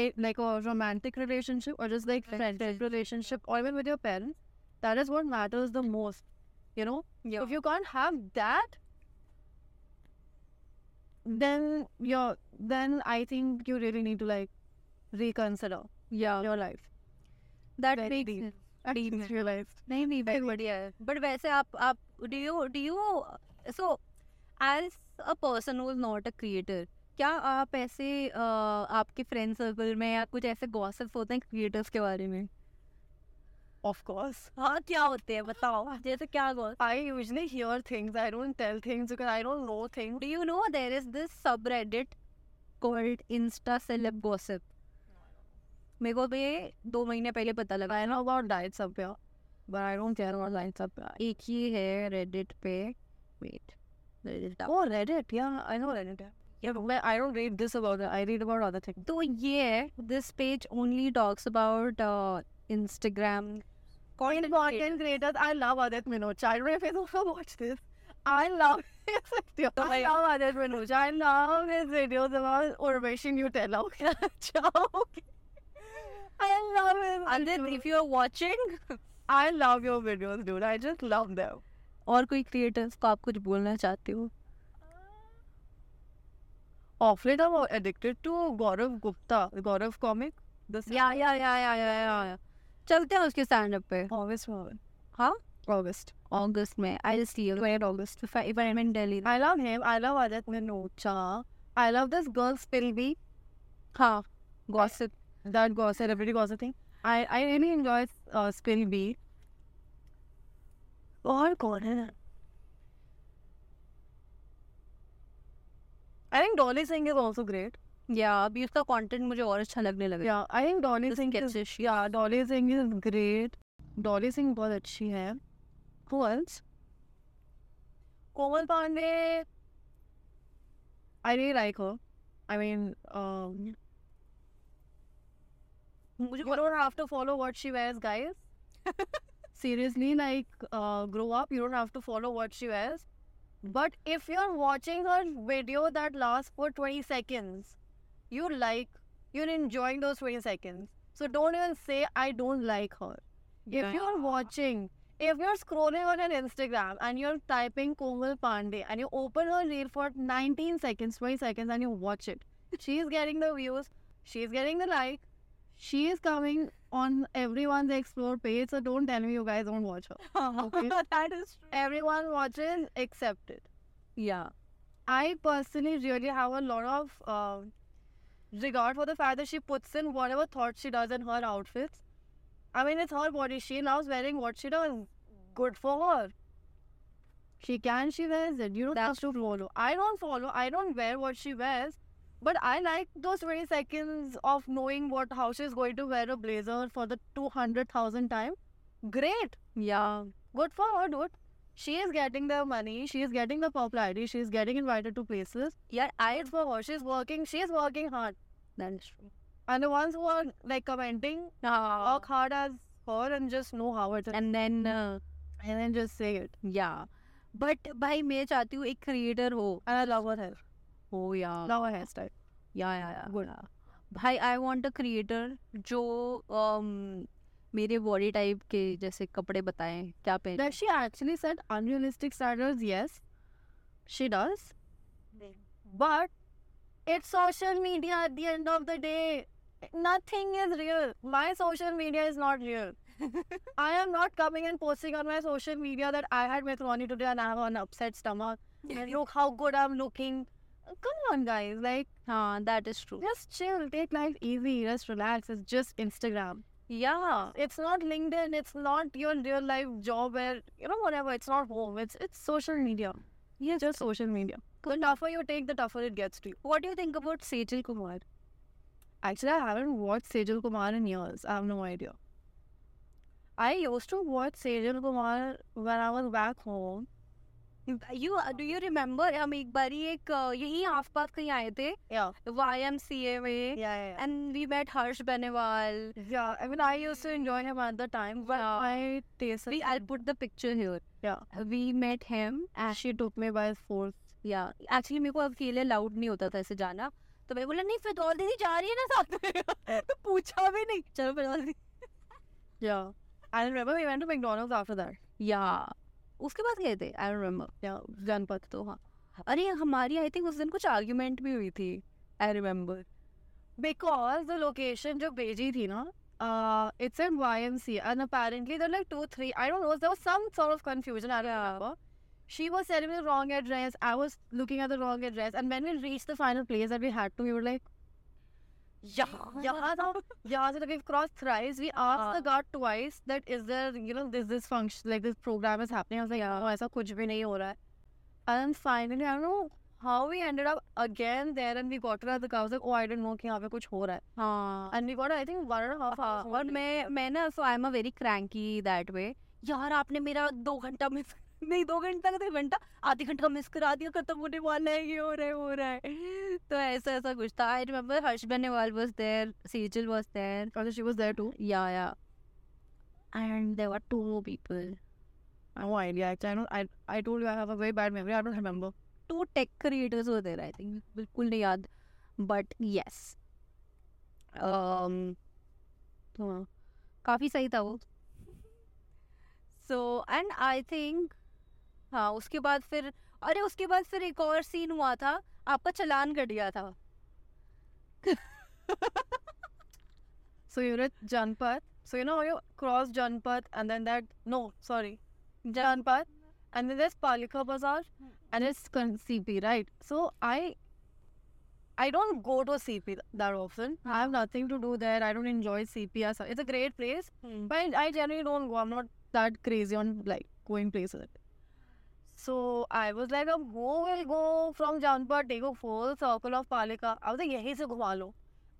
Speaker 2: a- like a romantic relationship or just like friendship relationship or even with your parents, that is what matters the most. You know,
Speaker 1: yeah
Speaker 2: if you can't have that then you're then i think you really need to like reconsider
Speaker 1: yeah
Speaker 2: your life
Speaker 1: that
Speaker 2: very
Speaker 1: makes
Speaker 2: deep.
Speaker 1: sense.
Speaker 2: Actually,
Speaker 1: Deep.
Speaker 2: it's your life
Speaker 1: नहीं नहीं
Speaker 2: very
Speaker 1: very बढ़िया है but वैसे आप आप do you do you so as a person who is not a creator क्या आप ऐसे अ, आपके फ्रेंड सर्कल में या कुछ ऐसे गॉसिप्स होते हैं क्रिएटर्स के बारे में
Speaker 2: of course
Speaker 1: हाँ क्या होते हैं बताओ जैसे क्या गॉस
Speaker 2: i usually hear things i don't tell things because i don't know things
Speaker 1: do you know there is this subreddit called insta celeb gossip मेरे को तो ये दो महीने पहले पता लगा
Speaker 2: i know about diets up here but i don't care about diets up here
Speaker 1: एक ही है रेडिट पे wait Reddit
Speaker 2: oh reddit yeah i know reddit yeah. yeah but i don't read this about it i read about other things
Speaker 1: तो ये है this page only talks about Instagram
Speaker 2: Content creators. I love Adit Minoj. I don't know if you ever watch this. I love his videos.
Speaker 1: तो
Speaker 2: I
Speaker 1: भाई-
Speaker 2: love Adit Minoj. I love his videos about Urvashi Nutella. Okay, अच्छा, okay. I love him.
Speaker 1: तो And then if you are watching,
Speaker 2: I love your videos, dude. I just love them.
Speaker 1: और कोई creators को आप कुछ बोलना चाहते हो
Speaker 2: Of late, I'm addicted to Gaurav Gupta, Gaurav comic. The
Speaker 1: yeah yeah yeah yeah yeah yeah yeah चलते हैं उसके स्टैंड अप पे
Speaker 2: August, Bhavan.
Speaker 1: हाँ?
Speaker 2: August.
Speaker 1: अगस्त में I see you in August if I am in Delhi
Speaker 2: I love him. I love Ajat Minocha. I love this girl Spilby.
Speaker 1: हाँ gossip
Speaker 2: That girl, celebrity gossip thing. I I really enjoy uh, Spilby. और कौन है I think Dolly Singh is also great.
Speaker 1: या अभी उसका content मुझे और अच्छा लगने लगा
Speaker 2: Yeah, I think Dolly
Speaker 1: The
Speaker 2: Singh is
Speaker 1: sketches she-
Speaker 2: yeah, Dolly Singh is great. Dolly Singh बहुत अच्छी है. Who else? Komal Pandey. I really like her. I mean, um,
Speaker 1: मुझे
Speaker 2: you don't have to follow what she wears, guys. Seriously, like, uh, grow up. You don't have to follow what she wears. But if you're watching her video that lasts for 20 seconds, you like, you're enjoying those 20 seconds. So don't even say, I don't like her. If you're watching, if you're scrolling on an Instagram and you're typing Komal Pandey and you open her reel for 19 seconds, 20 seconds and you watch it, she's getting the views, she's getting the like, she is coming on everyone's explore page. So don't tell me you guys don't watch her.
Speaker 1: हाँ,
Speaker 2: Okay.
Speaker 1: That is
Speaker 2: Everyone watches except it.
Speaker 1: Yeah
Speaker 2: I personally really have a lot of um regard for the fact that she puts in whatever thoughts she does in her outfits. I mean, it's her body. She loves wearing what she does. Good for her. She can, she wears it. You don't
Speaker 1: That's
Speaker 2: have to follow. I don't follow. I don't wear what she wears. But I like those 20 seconds of knowing what how she's going to wear a blazer for the 200,000 time. Great
Speaker 1: yeah
Speaker 2: good for her, dude. She is getting the money. She is getting the popularity. She is getting invited to places.
Speaker 1: यार I
Speaker 2: It's for her. She's working. She is working hard.
Speaker 1: That is true
Speaker 2: And the ones who are like commenting,
Speaker 1: हाँ,
Speaker 2: work hard as her and just know how it's
Speaker 1: and then
Speaker 2: and then just say it.
Speaker 1: uh, yeah but भाई मैं चाहती हूँ एक creator हो
Speaker 2: And I love her hair.
Speaker 1: हो yeah
Speaker 2: Love her hairstyle.
Speaker 1: Yeah yeah yeah
Speaker 2: Good.
Speaker 1: भाई I want a creator जो um, मेरे बॉडी टाइप के जैसे कपड़े बताएं क्या पहने
Speaker 2: Does she actually set unrealistic standards? Yes, she does. But it's social media at the end of the day. Nothing is real. My social media is not real. I am not coming and posting on my social media that I had macaroni today and I have an upset stomach. And look how good I'm looking. Come on, guys. Like,
Speaker 1: हाँ that is true
Speaker 2: just chill. Take life easy. Just relax. It's just Instagram.
Speaker 1: Yeah
Speaker 2: It's not LinkedIn. It's not your real life job where, you know, whatever. It's not home. It's, it's social media.
Speaker 1: ये
Speaker 2: Just social media. The tougher you take, the tougher it gets to you.
Speaker 1: What do you think about Sejal Kumar
Speaker 2: Actually, I haven't watched Sejal Kumar in years. I have no idea. I used to watch Sejal Kumar when I was back home.
Speaker 1: You do you remember हम एक बार ही एक अ, यही आसपास कहीं आए थे
Speaker 2: Yeah.
Speaker 1: Y M C A में
Speaker 2: Yeah, yeah,
Speaker 1: and we met Harsh Beniwal
Speaker 2: yeah. Yeah, I mean, I used to enjoy him at the time, but
Speaker 1: Yeah.
Speaker 2: my taste
Speaker 1: we I put the picture
Speaker 2: Yeah.
Speaker 1: Here we met him
Speaker 2: she took me by force.
Speaker 1: Yeah actually मेरे को अकेले loud नहीं होता था ऐसे जाना तो मैं बोला नहीं फिदौल दीदी जा रही है ना साथ में तो पूछा भी नहीं चलो फिदौल दीदी
Speaker 2: Yeah. I remember we went to McDonald's after that.
Speaker 1: या उसके बाद गए थे आई रिमेम्बर
Speaker 2: Yeah, Janpat.
Speaker 1: तो हाँ अरे हमारी आई थिंक उस दिन कुछ आर्ग्यूमेंट भी हुई थी I remember
Speaker 2: Because the location जो भेजी थी ना, uh, it's in YMCA, and apparently there are like two, three. I don't know. There was some sort of confusion. I don't remember. She was sending me the wrong address. I was looking at the wrong address, and when we reached the final place that we had to, we were like,
Speaker 1: या
Speaker 2: "Yeah, Uh. now, yeah." So we've crossed thrice. We asked the
Speaker 1: हाँ.
Speaker 2: guard twice that is there, you know, this this function like this program is happening. I was like, "Yeah, no, ऐसा कुछ भी नहीं हो रहा है." And finally, I don't know how we ended up again there, and we got to the car. I was like, "Oh, I didn't know कि यहाँ पे कुछ हो रहा है."
Speaker 1: हाँ
Speaker 2: And we got, I think, one and a half
Speaker 1: हाँ
Speaker 2: hours.
Speaker 1: और मैं मैं ना so I am a very cranky that way यार आपने मेरा दो घंटा मिस नहीं दो घंटा का तो एक घंटा आधी घंटा मिस करा दिया खत्म होने वाला है ये हो रहा है वो हो रहा है तो ऐसा ऐसा कुछ था I remember Harsh Beniwal was there Sejal was there
Speaker 2: Also, she was there too.
Speaker 1: या या and there were two more people
Speaker 2: I have no idea. Actually, I don't. I I told you I have a very bad memory. I don't remember.
Speaker 1: Two tech creators were there I think बिल्कुल नहीं याद but yes um तो हाँ, काफी सही था वो so and I think हाँ उसके बाद फिर अरे उसके बाद फिर एक और सीन हुआ था आपका चलान कट गया था
Speaker 2: So you're at Janpat. So you know how you cross Janpat and then that no, sorry, Janpat, and then there's Palika Bazaar, and it's con- CP, right? So I, I don't go to CP that often. I have nothing to do there. I don't enjoy CP as It's a great place, but I generally don't go. I'm not that crazy on like going places. So I was like, अब who will go from Janpat, take a full circle of Palika? I was like, यहीं से घुमा लो.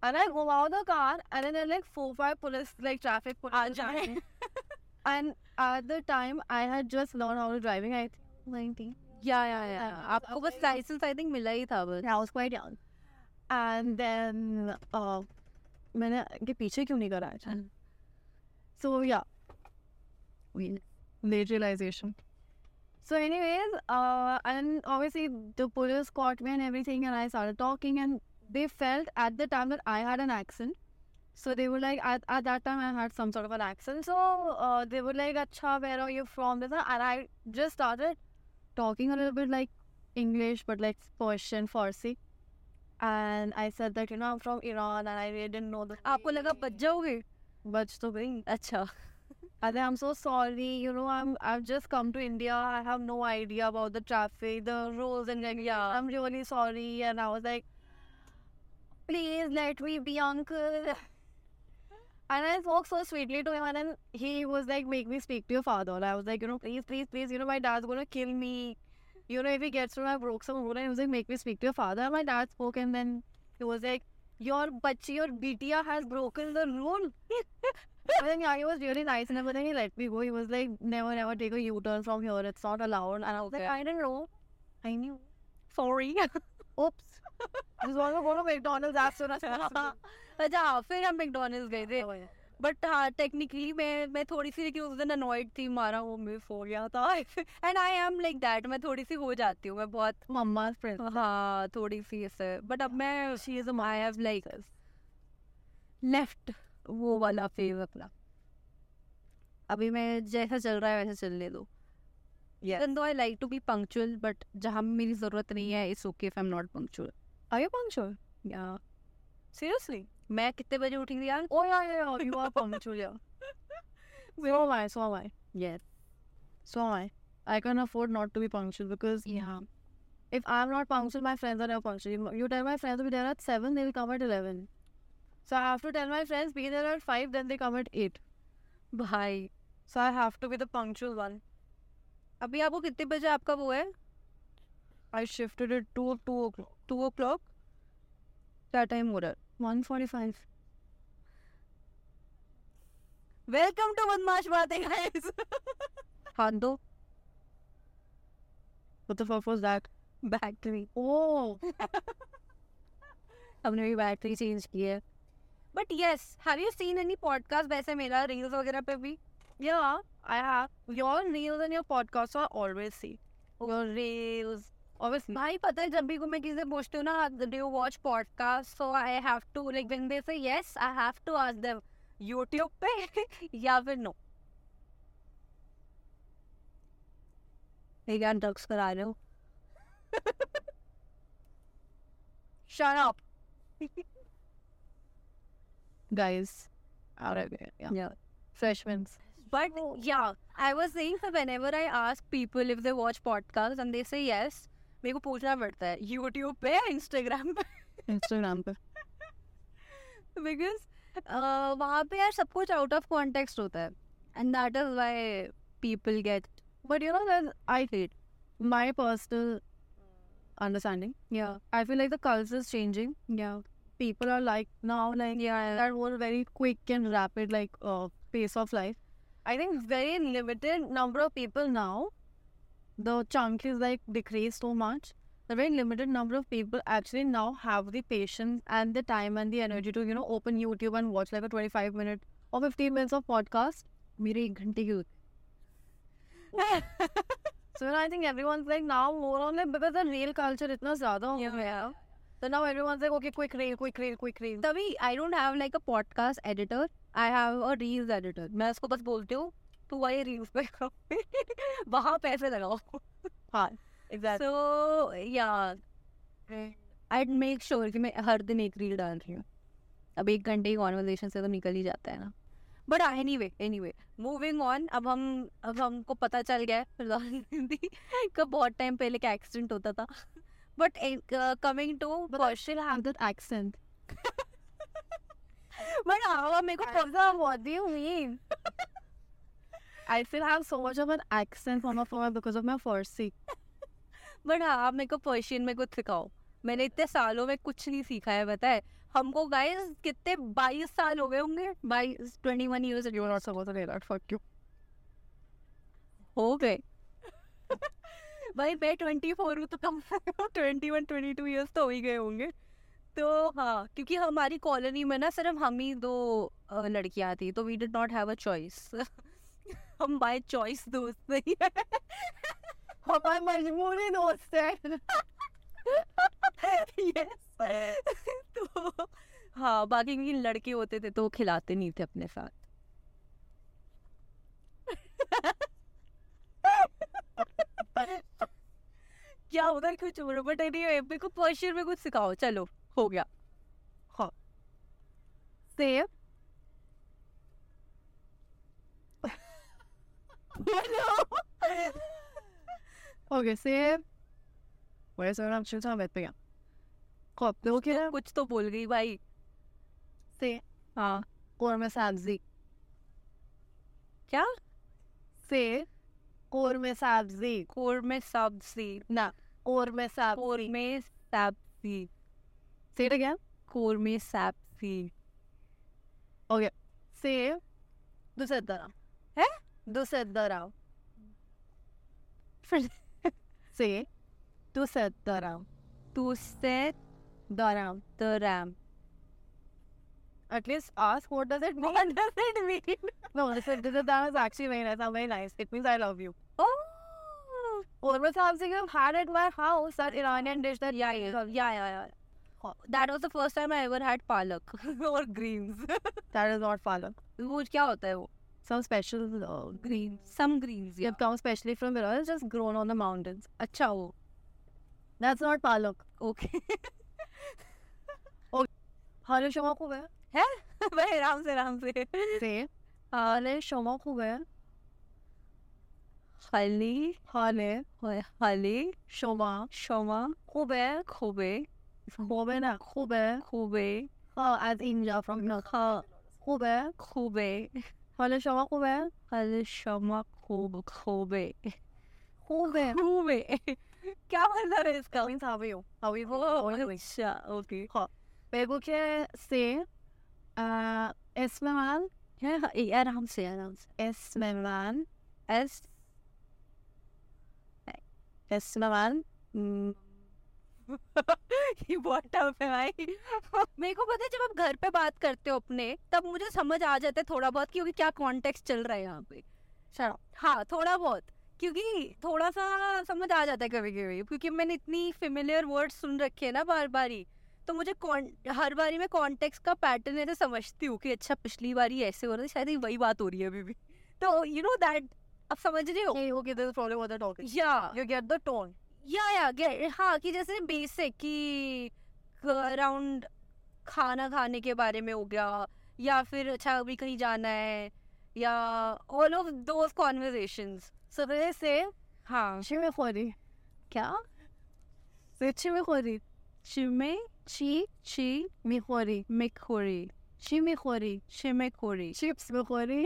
Speaker 2: And I go out the car, and then there are like four, five police, like traffic
Speaker 1: uh
Speaker 2: police.
Speaker 1: जाए
Speaker 2: And at the time, I had just learned how to driving. I think 19.
Speaker 1: या yeah yeah
Speaker 2: हाँ,
Speaker 1: आपको बस
Speaker 2: okay.
Speaker 1: Licence I think मिला ही था बस
Speaker 2: I was quite young. And then, uh, मैंने के पीछे क्यों नहीं करा था? So yeah, late realization. So anyways, uh, and obviously the police caught me and everything, and I started talking, and they felt at the time that I had an accent. So they were like, at, at that time I had some sort of an accent. So uh, they were like, "Acha, where are you from?" This and that. And I just started talking a little bit like English, but like Persian, Farsi. And I said that you know I'm from Iran, and I really didn't know the. तो
Speaker 1: आपको लगा बच जाओगे
Speaker 2: Bach to bhai.
Speaker 1: अच्छा
Speaker 2: Are I'm so sorry. You know, I'm I've just come to India. I have no idea about the traffic, the rules and regulations. I'm really sorry. And I was like, please let me be uncle. And I spoke so sweetly to him, and then he was like, make me speak to your father. And I was like, you know, please, please, please. You know, my dad's gonna kill me. You know, if he gets to my broke some rule, and he was like, make me speak to your father. And my dad spoke, and then he was like, your bachi, your bitia has broken the rule. But then yeah, he was really nice and everything. He let me go. He was like, never, never take a U-turn from here. It's not allowed. And I was like,
Speaker 1: Okay.
Speaker 2: I didn't know. I knew.
Speaker 1: Sorry
Speaker 2: Oops. I just want to go to McDonald's as soon as possible.
Speaker 1: अच्छा हाँ, फिर हम McDonald's गए थे
Speaker 2: Oh, yeah.
Speaker 1: But हाँ technically मैं मैं थोड़ी सी लेकिन उस दिन अनॉयड थी मारा वो मिस हो गया था and I am like that मैं थोड़ी सी हो जाती हूँ मैं बहुत
Speaker 2: Mama's friend.
Speaker 1: हाँ थोड़ी सी ऐसे बट अब मैं she is I have like left वो वाला फेज अपना अभी मैं जैसा चल रहा है वैसे चलने दो
Speaker 2: Yes.
Speaker 1: दो I like to be punctual but जहाँ मेरी ज़रूरत नहीं है it's okay if I am not punctual
Speaker 2: Are you punctual?
Speaker 1: Yeah
Speaker 2: Seriously?
Speaker 1: मैं कितने बजे उठी थी यार
Speaker 2: Oh yeah, yeah, yeah. You are punctual, yeah. So am I. So am I.
Speaker 1: Yes
Speaker 2: So am I. I can afford not to be punctual because
Speaker 1: या
Speaker 2: if I'm not punctual, my friends are never punctual. You- You tell my friends to be there at seven, they will come at eleven. So I have to tell my friends be there at five, then they come at eight.
Speaker 1: भाई
Speaker 2: So I have to be the punctual one.
Speaker 1: अभी आपको कितने बजे आपका वो है
Speaker 2: I shifted it to two o'clock.
Speaker 1: Two o'clock क्या time हो रहा है
Speaker 2: One forty-five.
Speaker 1: वेलकम टू बदमाश बातें गाइस हाँ दो
Speaker 2: What the fuck was that?
Speaker 1: Battery
Speaker 2: Oh,
Speaker 1: हमने भी बैटरी चेंज की है but yes have you seen any podcast वैसे मेरा रील्स वगैरह पे भी
Speaker 2: yeah. I have your reels and your podcasts are always see.
Speaker 1: और रील्स
Speaker 2: Obviously.
Speaker 1: Oh. भाई पता है जब भी को मैं किसी से पूछती हूँ तो ना do you watch podcast so I have to like when they say yes I have to ask them YouTube पे या फिर नो यार ड्रग्स करा रहे हो
Speaker 2: Shut up. Guys, out of here. Yeah.
Speaker 1: Yeah.
Speaker 2: Freshmen.
Speaker 1: But yeah, I was saying that whenever I ask people if they watch podcasts and they say yes, मेरे को पूछना पड़ता है YouTube पे या Instagram पे
Speaker 2: Instagram. पे.
Speaker 1: because uh, वहाँ पे यार सब कुछ out of context होता है and that is why people get
Speaker 2: But you know that I
Speaker 1: hate.
Speaker 2: my personal understanding.
Speaker 1: Yeah,
Speaker 2: I feel like the culture is changing.
Speaker 1: yeah,
Speaker 2: People are like now like
Speaker 1: yeah.
Speaker 2: that whole very quick and rapid like uh, pace of life. I think very limited number of people now. The chunk is like decreased so much. The very limited number of people actually now have the patience and the time and the energy to you know open YouTube and watch like a twenty-five minute or fifteen minutes of podcast.
Speaker 1: मेरे एक घंटे की
Speaker 2: So you know, I think everyone's like now more on it because the real culture इतना ज़्यादा हो गया है.
Speaker 1: yeah.
Speaker 2: So now everyone's like okay quick reel quick reel quick reel.
Speaker 1: तभी I don't have like a podcast editor. I have a reels editor. मैं उसको बस बोलती हूँ तो वही रील्स पे करो वहाँ पैसे लगाओ
Speaker 2: exact
Speaker 1: so yeah I make sure कि मैं हर दिन एक रील डाल रही हूँ अब एक घंटे की कॉन्वर्जेशन से तो निकल ही जाता है ना uh, but anyway anyway moving on अब हम अब हमको पता चल गया है प्रधान मंत्री का बहुत टाइम पहले का एक्सीडेंट होता था uh, but coming to Kaushal
Speaker 2: have that accent
Speaker 1: but हाँ मेरे को
Speaker 2: Purva, what do you mean? I still have so much of an accent from afar because of my Farsi.
Speaker 1: But हाँ आप मेरे को पर्शियन में कुछ सिखाओ मैंने इतने सालों में कुछ नहीं सीखा है पता है हमको गाइस कितने बाईस साल हो गए होंगे बाईस twenty one years
Speaker 2: You're not supposed to say that. Fuck you.
Speaker 1: हो गए भाई मैं ट्वेंटी फोर हूँ तो कम twenty one twenty two years तो हो ही गए होंगे तो हाँ क्योंकि हमारी कॉलोनी में ना सिर्फ हम ही दो अ, लड़कियाँ थी तो we did not have a choice हम बाय चॉइस दोस्त नहीं है
Speaker 2: हमारी मजबूरी दोस्त है
Speaker 1: yes. तो हाँ बाकी क्योंकि लड़के होते थे तो वो खिलाते नहीं थे अपने साथ क्या उधर क्यों छोड़ो बट एनी मेरे को पर्शियन में कुछ सिखाओ चलो हो गया
Speaker 2: सेब ओके सेब वैसे सर हम शुरू में पे गया कब तो क्या है
Speaker 1: कुछ तो बोल गई भाई
Speaker 2: से हाँ कोरमा सब्जी
Speaker 1: क्या
Speaker 2: से कोरमा सब्जी
Speaker 1: कोर में सब्जी
Speaker 2: ना कोरमा
Speaker 1: कोर
Speaker 2: सब्जी
Speaker 1: में सब्जी
Speaker 2: से इट अगेन
Speaker 1: कोर में सब्जी
Speaker 2: से दूसरे तरह
Speaker 1: है?
Speaker 2: दूसरे तरह से दूसरे तरह
Speaker 1: तू से तो
Speaker 2: तरह
Speaker 1: तरह
Speaker 2: At least ask what does it mean?
Speaker 1: What does it mean?
Speaker 2: No, this is, this is, that is actually very nice. I'm very nice. It means I love you.
Speaker 1: Oh,
Speaker 2: Korma sabzi I've had at my house, that Iranian dish that
Speaker 1: yeah, yeah, yeah, yeah, yeah.
Speaker 2: Huh.
Speaker 1: That was the first time I ever had palak or greens.
Speaker 2: that is not falafel.
Speaker 1: वो क्या होता है वो?
Speaker 2: Some special uh,
Speaker 1: Greens, some greens, yeah.
Speaker 2: it comes specially from Iran. It's just grown on the mountains.
Speaker 1: अच्छा वो,
Speaker 2: That's not palak.
Speaker 1: okay.
Speaker 2: हरे शौक हो गया
Speaker 1: भाई आराम से आराम से.
Speaker 2: से हरे शौक हो गया
Speaker 1: हली,
Speaker 2: हरे
Speaker 1: हली,
Speaker 2: शौक
Speaker 1: शमा,
Speaker 2: हो गया
Speaker 1: खुबे,
Speaker 2: हो गया ना हो गया
Speaker 1: खुबे,
Speaker 2: as India from North.
Speaker 1: खा,
Speaker 2: हो गया
Speaker 1: खुबे,
Speaker 2: हरे शौक हो गया
Speaker 1: हल शमा खुब खुबे,
Speaker 2: हो गया
Speaker 1: खुबे. क्या मतलब है इसका?
Speaker 2: means how are you? How are you?
Speaker 1: Oh,
Speaker 2: How are you?
Speaker 1: अच्छा, okay.
Speaker 2: मेरे के से uh, Esmeman,
Speaker 1: Yeah, yeah, आराम से आराम से.
Speaker 2: Esmeman,
Speaker 1: S
Speaker 2: Esmeman.
Speaker 1: ये बहुत टफ है भाई मेरे को पता है जब आप घर पे बात करते हो अपने तब मुझे समझ आ जाता है थोड़ा बहुत क्योंकि क्या कॉन्टेक्स्ट चल रहा है यहाँ पे
Speaker 2: Shut up.
Speaker 1: हाँ थोड़ा बहुत क्योंकि थोड़ा सा समझ आ जाता है कभी कभी क्योंकि मैंने इतनी फेमिलियर वर्ड सुन रखे हैं ना बार बार ही तो मुझे कौन हर बारी मैं कॉन्टेक्स्ट का पैटर्न है तो समझती हूँ कि अच्छा पिछली बारी ऐसे हो रहा था शायद ये वही बात हो रही है अभी भी तो यू नो दैट आप समझ रहे हो
Speaker 2: Hey, okay, there's a problem with the talking.
Speaker 1: Yeah
Speaker 2: You get the tone.
Speaker 1: Yeah yeah गे- हाँ कि जैसे बेसिक कि अराउंड खाना खाने के बारे में हो गया या फिर अच्छा अभी कहीं जाना है yeah all of those conversations
Speaker 2: So they say,
Speaker 1: हाँ
Speaker 2: Chimichori.
Speaker 1: क्या
Speaker 2: Say Chimichori.
Speaker 1: चिमे
Speaker 2: Chi
Speaker 1: ची
Speaker 2: Michori.
Speaker 1: मिखोरी
Speaker 2: Chimichori.
Speaker 1: शिमे खोरी
Speaker 2: Chips Michori.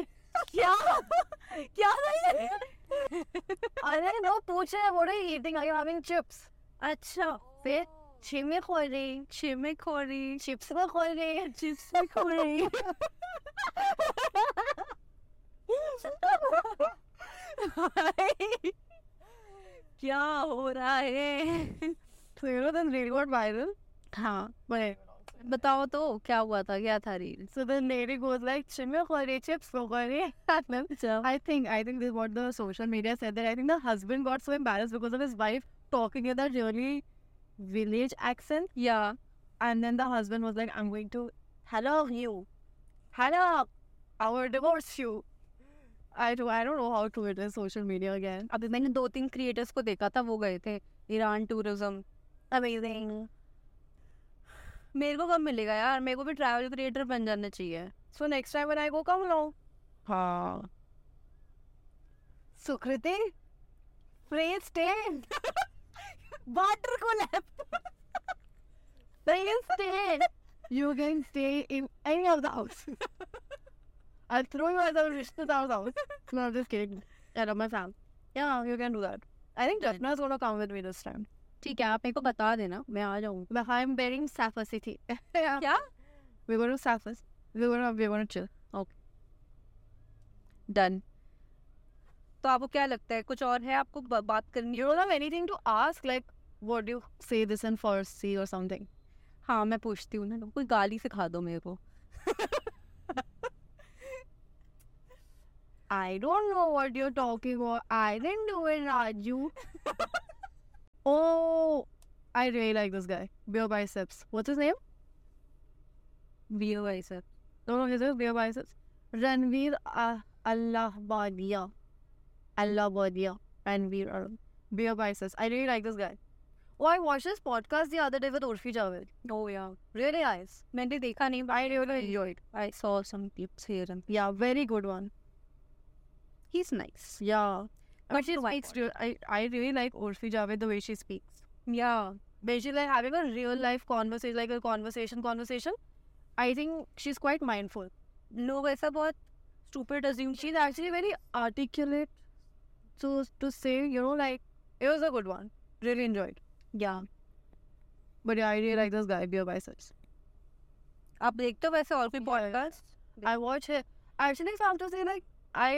Speaker 1: क्या क्या था ये
Speaker 2: अरे नो पूछ रहे what are you eating? Are you having chips?
Speaker 1: अच्छा
Speaker 2: फिर? Chimichori.
Speaker 1: शिमे खोरी
Speaker 2: Chips Michori.
Speaker 1: चिप्स में खोरी भाई, क्या हो रहा है
Speaker 2: So you know then reel got viral.
Speaker 1: हाँ
Speaker 2: But
Speaker 1: बताओ तो क्या हुआ था क्या था reel
Speaker 2: so the lady goes like Chimichori, chips Michori. And then
Speaker 1: अच्छा।
Speaker 2: I think I think this is what the social media said that I think the husband got so embarrassed because of his wife talking in that really village accent,
Speaker 1: या
Speaker 2: and then the husband was like, "I'm going to hello you, hello, I will divorce you." I do. I don't know how Twitter is social media again.
Speaker 1: अभी मैंने दो तीन creators को देखा था वो गए थे ईरान टूरिज्म
Speaker 2: Amazing.
Speaker 1: मेरे को कब मिलेगा यार मेरे को भी ट्रैवल क्रिएटर बन जाना चाहिए so next time when I go come लो
Speaker 2: हाँ सुकृति फ्रेज टेन
Speaker 1: वाटर को
Speaker 2: फ्रेज टेन you can stay in any of the house. I'll throw you at the Rishnadhar's house. No, I'm just kidding. I love my fam. Yeah, you can do that. I think
Speaker 1: Good.
Speaker 2: Japna's gonna come with me this time.
Speaker 1: ठीक है आप मेरे को बता देना मैं आ जाऊँ
Speaker 2: But I'm wearing Safa City. yeah.
Speaker 1: क्या
Speaker 2: We're going to Safa's. We're gonna we're gonna chill.
Speaker 1: Done तो आपको क्या लगता है कुछ और है आपको ब- बात करनी
Speaker 2: You don't have anything to ask, like what do you say this in Farsi or something?
Speaker 1: हाँ मैं पूछती हूँ ना कोई गाली सिखा दो मेरे को
Speaker 2: I don't know what you're talking about. I didn't do it, Raju. oh I really like this guy. Beer biceps. What's his name?
Speaker 1: B भाई sir
Speaker 2: No, no, his name is Beer Biceps. Ranveer uh, Allahabadia. Allahabadia. Ranveer uh, Beer Biceps. I really like this guy. Oh, I watched this podcast the other day with Urfi Javed.
Speaker 1: Oh यार
Speaker 2: Really nice.
Speaker 1: मैंने देखा नहीं
Speaker 2: I really enjoyed.
Speaker 1: I saw some clips here and
Speaker 2: Yeah, very good one.
Speaker 1: He is nice
Speaker 2: Yeah.
Speaker 1: But
Speaker 2: But she
Speaker 1: to my
Speaker 2: speaks real. I, I really like Urfi Javed the way she speaks.
Speaker 1: Yeah
Speaker 2: Basically, like having a real life conversation, like a conversation, conversation. I think she's quite mindful.
Speaker 1: लोग ऐसा बहुत stupid assume
Speaker 2: She's actually very articulate. So to say, you know, like it was a good one. Really enjoyed.
Speaker 1: Yeah
Speaker 2: But yeah, I really like this guy, Beer Biceps.
Speaker 1: आप देखते हो वैसे और कोई
Speaker 2: Yeah, yeah.
Speaker 1: Podcast
Speaker 2: I watch his actually if I have to say like I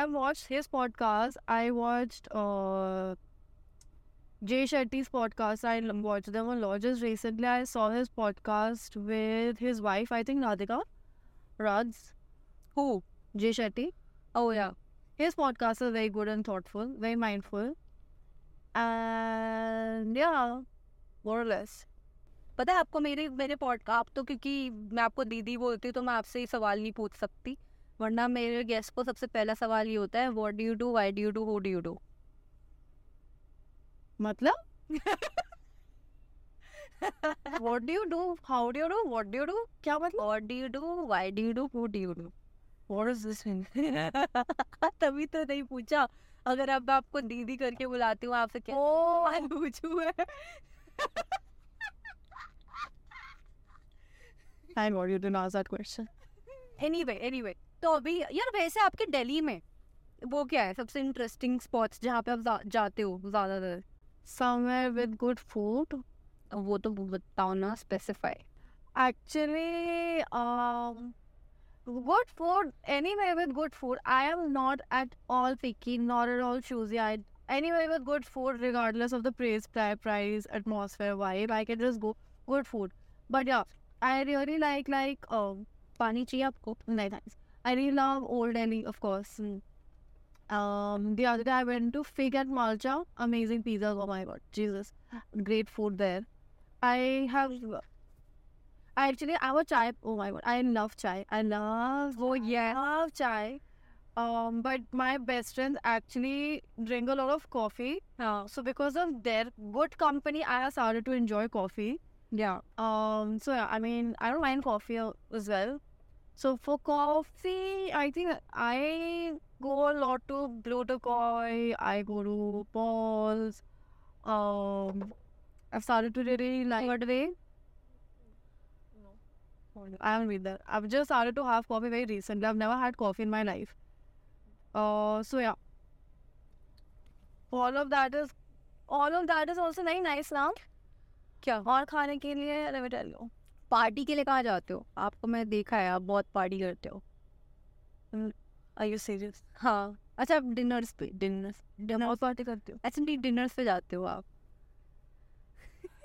Speaker 2: I watched his podcast. I watched uh Jay Shetty's podcast. I l- watched them a lot. Just recently I saw his podcast with his wife, I think Radhika Radz,
Speaker 1: who
Speaker 2: Jay Shetty.
Speaker 1: Oh yeah
Speaker 2: His podcast is very good and thoughtful, very mindful. And yeah, more or less.
Speaker 1: पता है आपको मेरे मेरे podcast आप तो क्योंकि मैं आपको दीदी बोलती हूँ तो मैं आपसे ही सवाल नहीं पूछ सकती वरना मेरे गेस्ट को सबसे पहला सवाल ये होता है what do you do why do you do who do you do
Speaker 2: मतलब what do you do? How do you do? What do you do? क्या मतलब?
Speaker 1: What do you do why do you do who do you do
Speaker 2: What does this mean?
Speaker 1: तभी तो नहीं पूछा अगर अब मैं आपको दीदी करके बुलाती हूँ आपसे क्या
Speaker 2: Oh,
Speaker 1: सवाल पूछू मैं
Speaker 2: I know you didn't ask that question.
Speaker 1: Anyway anyway तो अभी यार वैसे आपके दिल्ली में वो क्या है सबसे इंटरेस्टिंग स्पॉट्स जहाँ पे आप जा, जाते हो ज्यादातर
Speaker 2: Somewhere with good food.
Speaker 1: वो तो बताओ ना specify
Speaker 2: Actually, um, good food. Anywhere with good food. I am not at all picky, not at all choosy. I anywhere with good food, regardless of the praise, pri- price, atmosphere, vibe. I can just go good food. But yeah, I really like like um,
Speaker 1: पानी चाहिए आपको
Speaker 2: nice thanks. I really love Old Delhi, of course. Um, the other day I went to Fig at Malcha. Amazing pizzas. Oh my god, Jesus, great food there. I have. I actually I have a chai. Oh my god, I love chai. I love.
Speaker 1: वो ये
Speaker 2: I love chai. Um, but my best friends actually drink a lot of coffee.
Speaker 1: हाँ
Speaker 2: So because of their good company, I have started to enjoy coffee.
Speaker 1: या
Speaker 2: Um. So yeah, I mean, I don't mind coffee a- as well. So for coffee, I think I go a lot to Blue Decoy. I go to Paul's. Um, I've started to really like. What way? No. I haven't been there. I've just started to have coffee very recently. I've never had coffee in my life. Uh. So yeah. All of that is, all of that is also very nice now.
Speaker 1: क्या
Speaker 2: और खाने के लिए let me tell you.
Speaker 1: Party के लिए कहाँ जाते हो आपको मैं देखा है आप बहुत पार्टी करते हो
Speaker 2: Hmm, Are you serious?
Speaker 1: हाँ अच्छा आप डिनर्स पे डिनर्स
Speaker 2: मैं बहुत party करती हूँ.
Speaker 1: अच्छा नहीं डिनर्स पे जाते हो आप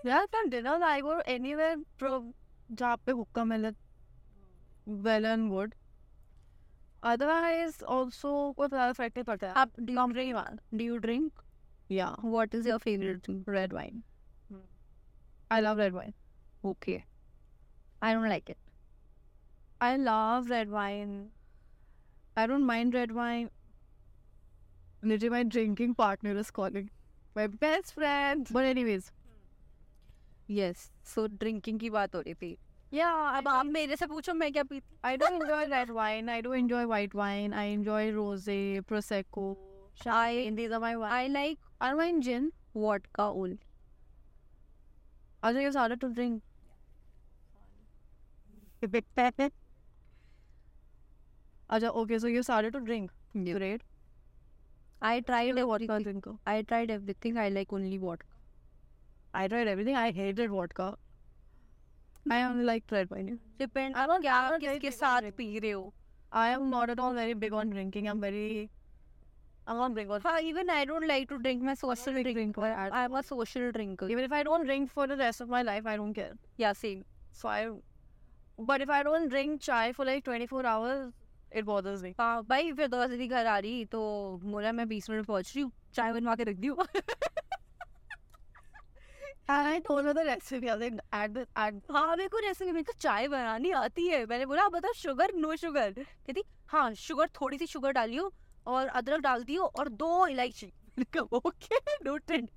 Speaker 2: यार मैं dinner I go anywhere pro जहाँ पे हुक्का मिले well and good. Otherwise also कोई ज़्यादा फर्क नहीं पड़ता है.
Speaker 1: आप do you drink
Speaker 2: Yeah,
Speaker 1: what is your favourite drink
Speaker 2: red wine. Hmm. I love red wine.
Speaker 1: Okay I don't like it
Speaker 2: I love red wine. I don't mind red wine. Literally, my drinking partner is calling. My best friend. But anyways,
Speaker 1: yes so drinking की बात हो रही थी
Speaker 2: yeah,
Speaker 1: अब आप मेरे से पूछो मैं क्या पीती
Speaker 2: I do enjoy red wine. I do enjoy white wine. I enjoy rosé, prosecco.
Speaker 1: I
Speaker 2: And these are my wine.
Speaker 1: I like
Speaker 2: I don't mind gin.
Speaker 1: What का ओल
Speaker 2: Also, it's harder to drink. Aja, okay, so you started to drink. Great.
Speaker 1: I tried
Speaker 2: You're a vodka
Speaker 1: everything
Speaker 2: drinker.
Speaker 1: I tried everything I like only what
Speaker 2: I tried everything. I hated vodka. I only like red wine.
Speaker 1: Depend
Speaker 2: I'm not-
Speaker 1: क्या
Speaker 2: I'm
Speaker 1: आप
Speaker 2: not very
Speaker 1: किसके
Speaker 2: big on
Speaker 1: साथ
Speaker 2: drinking.
Speaker 1: पी रहे हो
Speaker 2: I am not at all very big on drinking. I'm very. I'm not big on.
Speaker 1: हाँ even I don't like to drink मैं social
Speaker 2: big
Speaker 1: drinker
Speaker 2: drinker at
Speaker 1: I am a social drinker
Speaker 2: Even if I don't drink for the rest of my life, I don't care.
Speaker 1: Yeah same
Speaker 2: So I. But if I don't drink chai for like 24 hours, it bothers me.
Speaker 1: हाँ भाई फिर दो दीदी घर आ रही तो बोला मैं बीस मिनट में पहुंच रही हूँ चाय बनवा के रख दी
Speaker 2: And I told her the recipe. I was like, add this, add
Speaker 1: हाँ मेरे को रेसिपी मेरे को चाय बनानी आती है मैंने बोला "आप बताओ शुगर नो शुगर कहती हाँ शुगर थोड़ी सी शुगर डालियो और अदरक डाल दियो और दो इलायची मैंने कहा okay noted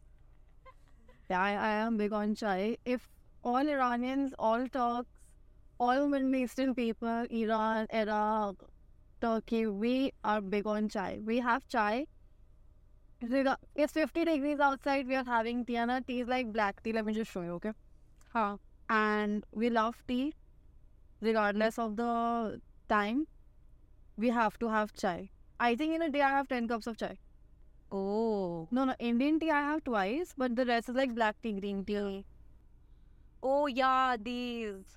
Speaker 2: Yeah, I, I am big on chai. If all Iranians, all Turks, all Middle Eastern people, Iran, Iraq, Turkey, we are big on chai. We have chai. Rega- It's 50 degrees outside. We are having tea, and our tea is like black tea. Let me just show you, okay?
Speaker 1: हाँ
Speaker 2: And we love tea, regardless of the time. We have to have chai. I think in a day I have 10 cups of chai.
Speaker 1: Oh
Speaker 2: No, no, Indian tea I have twice, but the rest is like black tea, green tea.
Speaker 1: Oh yeah these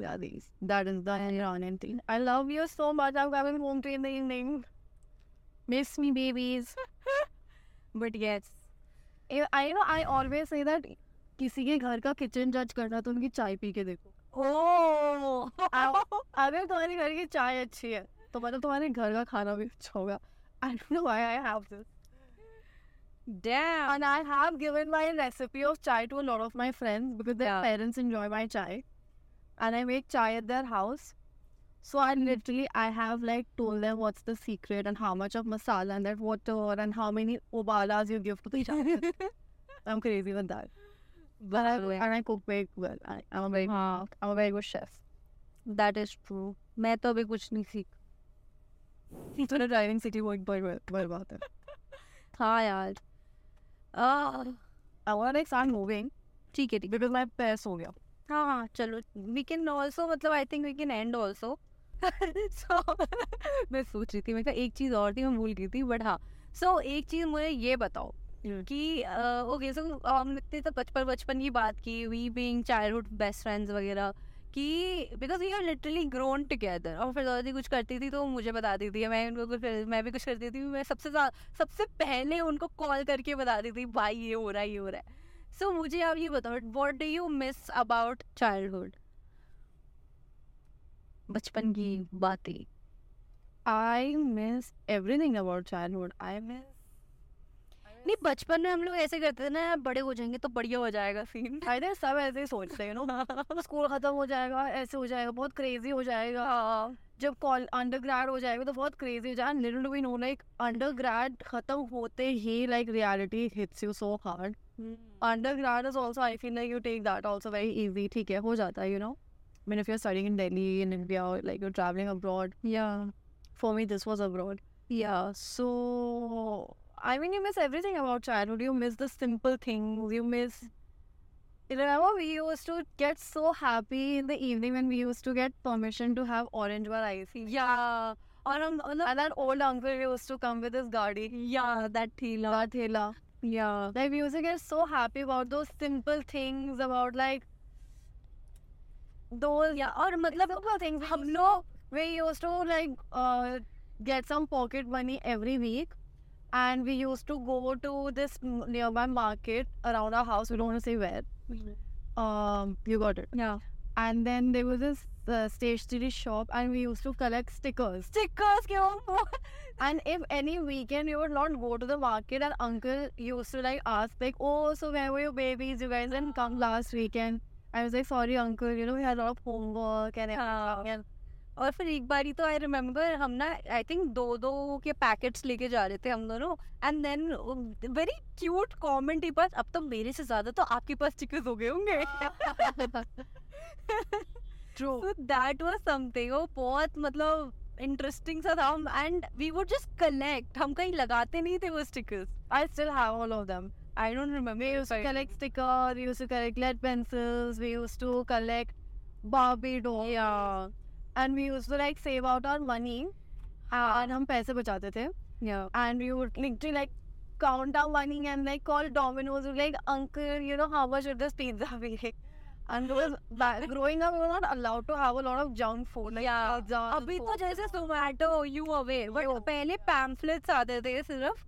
Speaker 2: Yeah, these. That is the Iranian thing. I love you so much. I'm coming home to you in the evening. Miss me, babies.
Speaker 1: But yes
Speaker 2: I I know I always say that किसी के घर का kitchen जज करना तो उनकी चाय P के देखो
Speaker 1: ओ
Speaker 2: अगर तुम्हारे घर की चाय अच्छी है तो मतलब तुम्हारे घर का खाना भी अच्छा होगा I don't know why I have this
Speaker 1: damn
Speaker 2: And I have given my recipe of chai to a lot of my friends because their
Speaker 1: Yeah.
Speaker 2: parents enjoy my chai. And I make chai at their house. So I literally I have like told them what's the secret and how much of masala and that water and how many obalas you give to the chai. I'm crazy with that. But I,
Speaker 1: Wow.
Speaker 2: and I cook very well. I, I'm a very
Speaker 1: हाँ
Speaker 2: I'm a very good chef.
Speaker 1: That is true मैं तो अभी कुछ नहीं सीख
Speaker 2: So the driving city worked very well, well about that.
Speaker 1: हाँ यार आह,
Speaker 2: I wanna like start moving
Speaker 1: ठीक है ठीक है।
Speaker 2: because my pair हो गया.
Speaker 1: हाँ हाँ चलो वी कैन ऑल्सो मतलब I think we can and also so मैं सोच रही थी मैं कहा एक चीज़ और थी मैं भूल गई थी बट हाँ सो एक चीज़ मुझे ये बताओ
Speaker 2: हम्म।
Speaker 1: कि ओके सो हम इतने तो बचपन बचपन की बात की we being childhood best friends वगैरह कि because we are literally grown together और फिर दादी कुछ करती थी तो वो मुझे बताती थी मैं उनको कुछ मैं भी कुछ करती थी मैं सबसे ज्या- सबसे पहले उनको कॉल करके बताती थी भाई ये हो रहा है ये हो रहा है सो मुझे आप ये बताओ what do you miss about childhood बचपन की बातें
Speaker 2: I miss everything about childhood. I miss
Speaker 1: नहीं बचपन में हम लोग ऐसे करते थे ना यार, बड़े हो जाएंगे तो बढ़िया हो जाएगा सीन
Speaker 2: आई थिंक सब ऐसे ही सोचते हैं नो स्कूल खत्म हो जाएगा ऐसे हो जाएगा बहुत क्रेजी हो जाएगा
Speaker 1: हाँ।
Speaker 2: जब कॉल अंडरग्रेड हो जाएगा तो बहुत क्रेजी हो जाएगा little do we know like undergrad खत्म होते ही like reality hits you so hard undergrad is also I feel like you take that also very easy ठीक है हो जाता है you know mean if you are studying in Delhi in India like you are travelling abroad
Speaker 1: yeah
Speaker 2: for me this was abroad
Speaker 1: yeah
Speaker 2: So, I mean, you miss everything about childhood. You miss the simple things. You miss. You Remember, we used to get so happy in the evening when we used to get permission to have orange bar ice.
Speaker 1: Yeah और हम मतलब
Speaker 2: And that old uncle used to come with his gadi.
Speaker 1: Yeah that thela
Speaker 2: Bar thela.
Speaker 1: Yeah
Speaker 2: Like, we used to get so happy about those simple things, about like those
Speaker 1: yeah और मतलब
Speaker 2: simple things.
Speaker 1: हम लोग
Speaker 2: we used to like uh, get some pocket money every week and we used to go to this m- nearby market around our house we don't want to say where um you got it
Speaker 1: yeah
Speaker 2: and then there was this uh, stationery shop and we used to collect stickers
Speaker 1: stickers के वो
Speaker 2: and if any weekend you would not go to the market and uncle used to like ask like oh so where were your babies you guys didn't come last weekend i was like sorry uncle you know we had a lot of homework and everything
Speaker 1: Yeah.
Speaker 2: and
Speaker 1: और फिर एक बारी तो आई remember हम ना I think दो दो के पैकेट्स लेके जा रहे थे हम दोनों and then very cute comment ही पास अब तो मेरे से ज्यादा तो आपके पास चिकस हो गए होंगे
Speaker 2: true
Speaker 1: so that was something वो बहुत मतलब इंटरेस्टिंग सा था हम and we would just collect हम कहीं लगाते नहीं थे वो stickers
Speaker 2: I still have all of them
Speaker 1: I don't remember
Speaker 2: We used to collect stickers, we used to collect lead pencils, we used to collect Barbie dolls. Yeah. And we used to like save out our money. uh, And हम पैसे बचाते थे.
Speaker 1: yeah
Speaker 2: And we would literally like count our money and like call Domino's. We're like, uncle, you know, how much would this pizza be? And because ba- growing up, we were not allowed to have a lot of junk food. Like
Speaker 1: Yeah.
Speaker 2: pizzas and
Speaker 1: अभी तो
Speaker 2: food.
Speaker 1: जैसे जोमेटो यू अवे
Speaker 2: Yo.
Speaker 1: But पहले pamphlets आते थे सिर्फ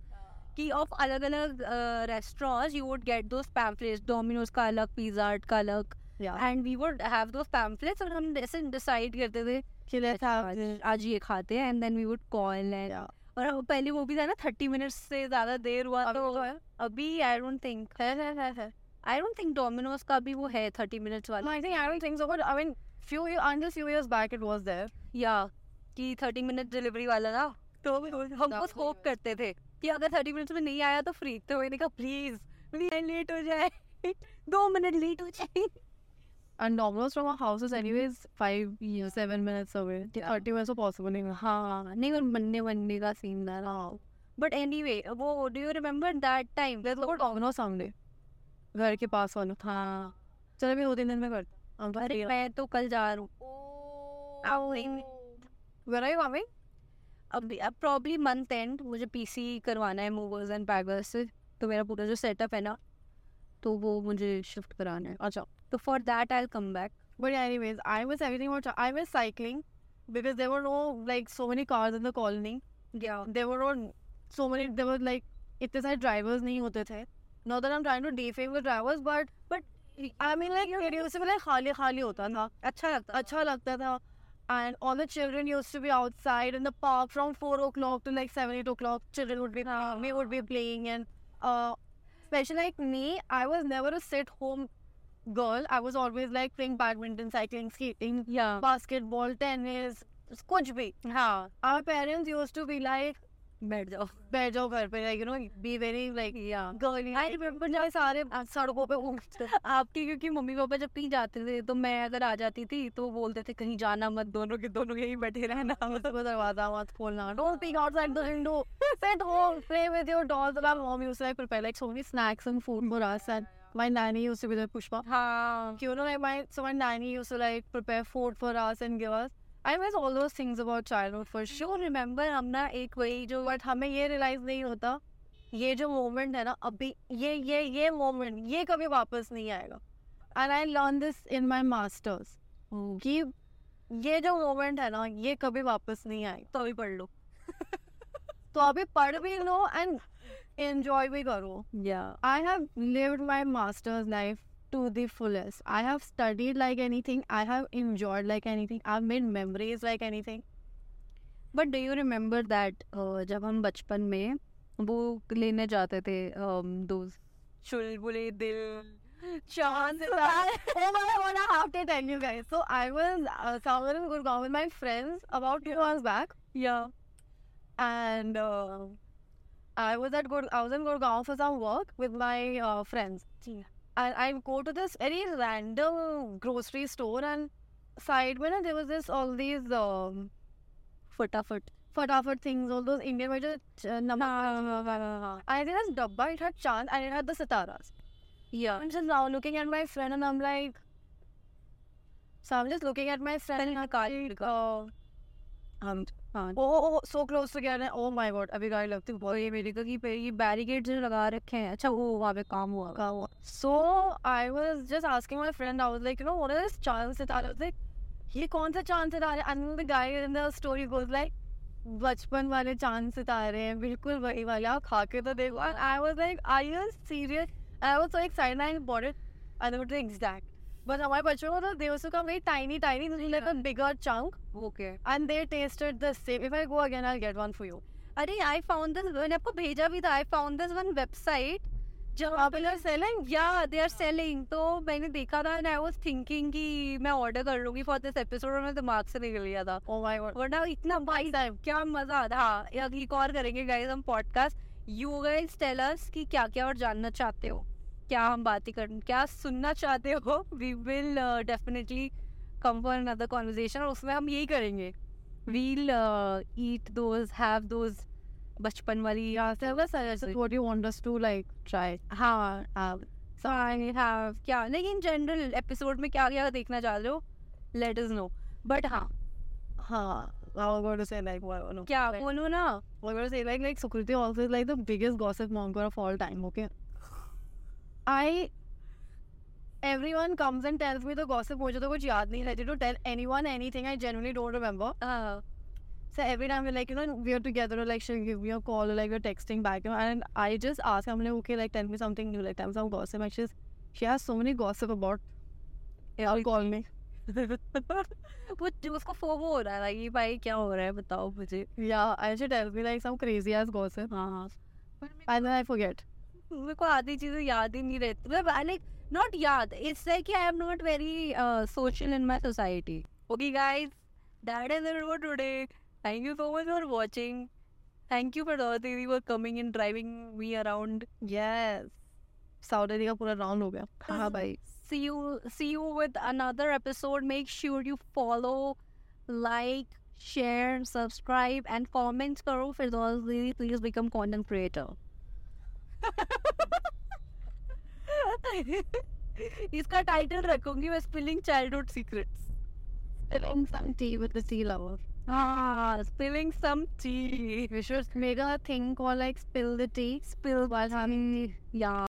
Speaker 1: कि ऑफ अलग अलग restaurants you would get those pamphlets Domino's का अलग पिज्जा हट का अलग
Speaker 2: yeah.
Speaker 1: And we would have those pamphlets और हम ऐसे डिसाइड करते थे
Speaker 2: Okay, let's have
Speaker 1: आज आज ये खाते हैं and then we would call and
Speaker 2: Yeah.
Speaker 1: और अब पहले वो भी था ना थर्टी मिनट्स से ज्यादा देर हुआ
Speaker 2: अभी
Speaker 1: तो
Speaker 2: तो है।
Speaker 1: अभी आई डोंट थिंक
Speaker 2: है, है, है, है.
Speaker 1: आई डोंट थिंक डोमिनोज का भी वो है थर्टी मिनट्स
Speaker 2: No,
Speaker 1: वाला
Speaker 2: I think I don't think so. But I mean, few year, until few years back, it was there.
Speaker 1: या कि थर्टी मिनट डिलीवरी वाला था तो हम
Speaker 2: That
Speaker 1: बस
Speaker 2: was
Speaker 1: होप
Speaker 2: even-
Speaker 1: करते थे कि अगर थर्टी मिनट्स में नहीं आया तो फ्री तो मैंने कहा प्लीज प्लीज लेट हो जाए दो मिनट लेट हो जाए
Speaker 2: And Domino's from our houses, anyways, five, yeah, seven minutes away.
Speaker 1: Yeah.
Speaker 2: 30 minutes are possible. नहीं
Speaker 1: हाँ नहीं और बनने बनने का सीन था ना बट एनी वे वो do you remember that time
Speaker 2: मतलब वो Domino's सामने घर के पास वालों
Speaker 1: हाँ
Speaker 2: चलो मैं दो तीन दिन में करता हूँ। I'm
Speaker 1: अरे
Speaker 2: free.
Speaker 1: मैं तो कल जा रहा हूँ
Speaker 2: Where are you coming?
Speaker 1: अभी अब प्रॉब्ली मंथ एंड मुझे पीसी करवाना है मूवर्स एंड पैकर्स से तो मेरा पूरा जो सेटअप है ना तो वो मुझे शिफ्ट कराना है
Speaker 2: अच्छा
Speaker 1: तो for that I come back
Speaker 2: But yeah, anyways, I miss everything about I miss cycling because there were no like so many cars in the colony.
Speaker 1: गया
Speaker 2: there were on so many there were like इतने सारे drivers नहीं होते थे not that I'm trying to defame the drivers but but I mean like it used to be like खाली खाली होता था
Speaker 1: अच्छा लगता
Speaker 2: अच्छा लगता था and all the children used to be outside in the park from 4 o'clock to like 7 8 o'clock children would be playing we would be playing and uh especially like me I was never a sit home girl I was always like playing badminton cycling skating
Speaker 1: या
Speaker 2: basketball tennis कुछ भी
Speaker 1: हाँ
Speaker 2: our parents used to be like
Speaker 1: बैठ जाओ
Speaker 2: बैठ जाओ घर पे like you know be very like
Speaker 1: yeah
Speaker 2: girly I remember जब सारे सड़कों पे घूमते
Speaker 1: आपके क्योंकि मम्मी पापा जब कहीं जाते थे तो मैं अगर आ जाती थी तो बोलते थे कहीं जाना मत दोनों के दोनों यहीं बैठे रहना
Speaker 2: तो दरवाजा मत खोलना don't peek outside the window set
Speaker 1: तो।
Speaker 2: Home play with your dolls and mom used to like prepare like so many snacks and food for us and my nanny used to be the Pushpa
Speaker 1: हाँ
Speaker 2: you know like my so my nanny used to like prepare food for us and give us I miss all those things about childhood for sure
Speaker 1: so remember हम ना एक वही जो
Speaker 2: but हमें ये realise नहीं होता ये जो मोमेंट है ना अभी ये ये ये मोमेंट ये कभी वापस नहीं आएगा and I learn this in my masters कि ये जो मोमेंट है ना ये कभी वापस नहीं आएगा
Speaker 1: तो भी पढ़ लो
Speaker 2: तो अभी पढ़ भी लो एंड एंजॉय भी करो
Speaker 1: या
Speaker 2: I have lived my master's life to the fullest. I have studied like anything. I have enjoyed like anything. I've made memories like anything.
Speaker 1: But do you remember that uh, जब हम बचपन में वो लेने जाते थे um, दो चुलबुले दिल चांद
Speaker 2: oh my god, I have to tell you guys. So I was uh, somewhere in Gurgaon with my friends about two months back,
Speaker 1: या
Speaker 2: and uh, I was at Gur- I was in Gurgaon for some work with my uh, friends. And I go to this very random grocery store, and side when there was this all these um,
Speaker 1: फटाफट
Speaker 2: fatafat things, all those Indian major uh,
Speaker 1: हाँ,
Speaker 2: namak. I did this dabba, it had chand and it had the sitaras.
Speaker 1: या
Speaker 2: I'm just now looking at my friend and I'm like, so I'm just looking at my friend and I'm like, oh,
Speaker 1: हम हाँ
Speaker 2: oh, oh, so close together. Oh my god, अभी गाड़ी लगती
Speaker 1: और
Speaker 2: बहुत
Speaker 1: ये मेरे को कि पे- ये बैरिकेड जो लगा रखे हैं अच्छा वो वहाँ पे काम हुआ
Speaker 2: का हुआ. So I was just asking my friend, I was like, you know, what are these chand sitaras? I was like, ये कौन सा चांद सितारे and the guy in the story goes like बचपन वाले चांद सितारे हैं बिल्कुल वही वाले आप खा के तो देखो and I was like are you serious and I was so excited I bought it and it was the exact but हमारे बच्चों को तो they also come very tiny tiny this is like a bigger chunk
Speaker 1: okay
Speaker 2: and they tasted the same if I go again I'll get one for you
Speaker 1: अरे I found this मैंने आपको भेजा भी था I found this one website जहाँ पे लोग selling या दे आर सेलिंग तो मैंने देखा था एंड आई वाज थिंकिंग कि मैं ऑर्डर कर लूंगी फॉर दिस एपिसोड और मैं दिमाग से निकल गया था
Speaker 2: ओ माय गॉड
Speaker 1: वरना इतना भाई साहब क्या मजा आता हाँ ये अगली और करेंगे गाइस हम podcast you guys tell us कि क्या क्या और जानना चाहते हो क्या हम बातें कर क्या सुनना चाहते हो uh, we will definitely come for another conversation और उसमें हम यही करेंगे uh, we'll eat those have those बचपन वाली
Speaker 2: Yeah, so I guess that's what you want us to like try.
Speaker 1: हाँ
Speaker 2: Uh-huh.
Speaker 1: सो आई हैव क्या लेकिन जनरल एपिसोड में क्या क्या देखना चाह रहे हो लेट इज नो बट हाँ
Speaker 2: Huh. हाँ, I was going to say like what? No.
Speaker 1: क्या
Speaker 2: Right.
Speaker 1: बोलो ना
Speaker 2: I was going to say like like Sukriti also is like the biggest gossip monger of all time. Okay. I. Everyone comes and tells me the gossip. मुझे तो कुछ याद नहीं रहती to tell anyone anything. I genuinely don't remember.
Speaker 1: uh,
Speaker 2: So every time we're like, you know, we're together, or like she'll give me a call, or like we're texting back, you know, and I just ask, I'm like, okay, like tell me something new, like tell me some gossip. And she's, she has so many gossip about. Yeah, I'll call me.
Speaker 1: वो जो उसको FOMO हो रहा है like, ये भाई क्या हो रहा है बताओ मुझे
Speaker 2: Yeah, and she tells me like some crazy ass gossip,
Speaker 1: हाँ हाँ
Speaker 2: and then I forget.
Speaker 1: मेरे को आधी चीजें याद ही नहीं रहती मतलब लाइक नॉट याद it's like I am not very social in my society okay guys that is it for today thank you so much for watching thank you for दीदी for coming and driving me around
Speaker 2: Yes. Saudi Arabia का पूरा round हो गया. हाँ भाई.
Speaker 1: see you see you with another episode make sure you follow like share subscribe and comment karo firdaus didi please become content creator इसका title रखूंगी मैं spilling childhood secrets
Speaker 2: Spilling some tea with the sea lover.
Speaker 1: हाँ spilling some tea
Speaker 2: We should make a thing called like spill the tea
Speaker 1: spill
Speaker 2: while having tea.
Speaker 1: या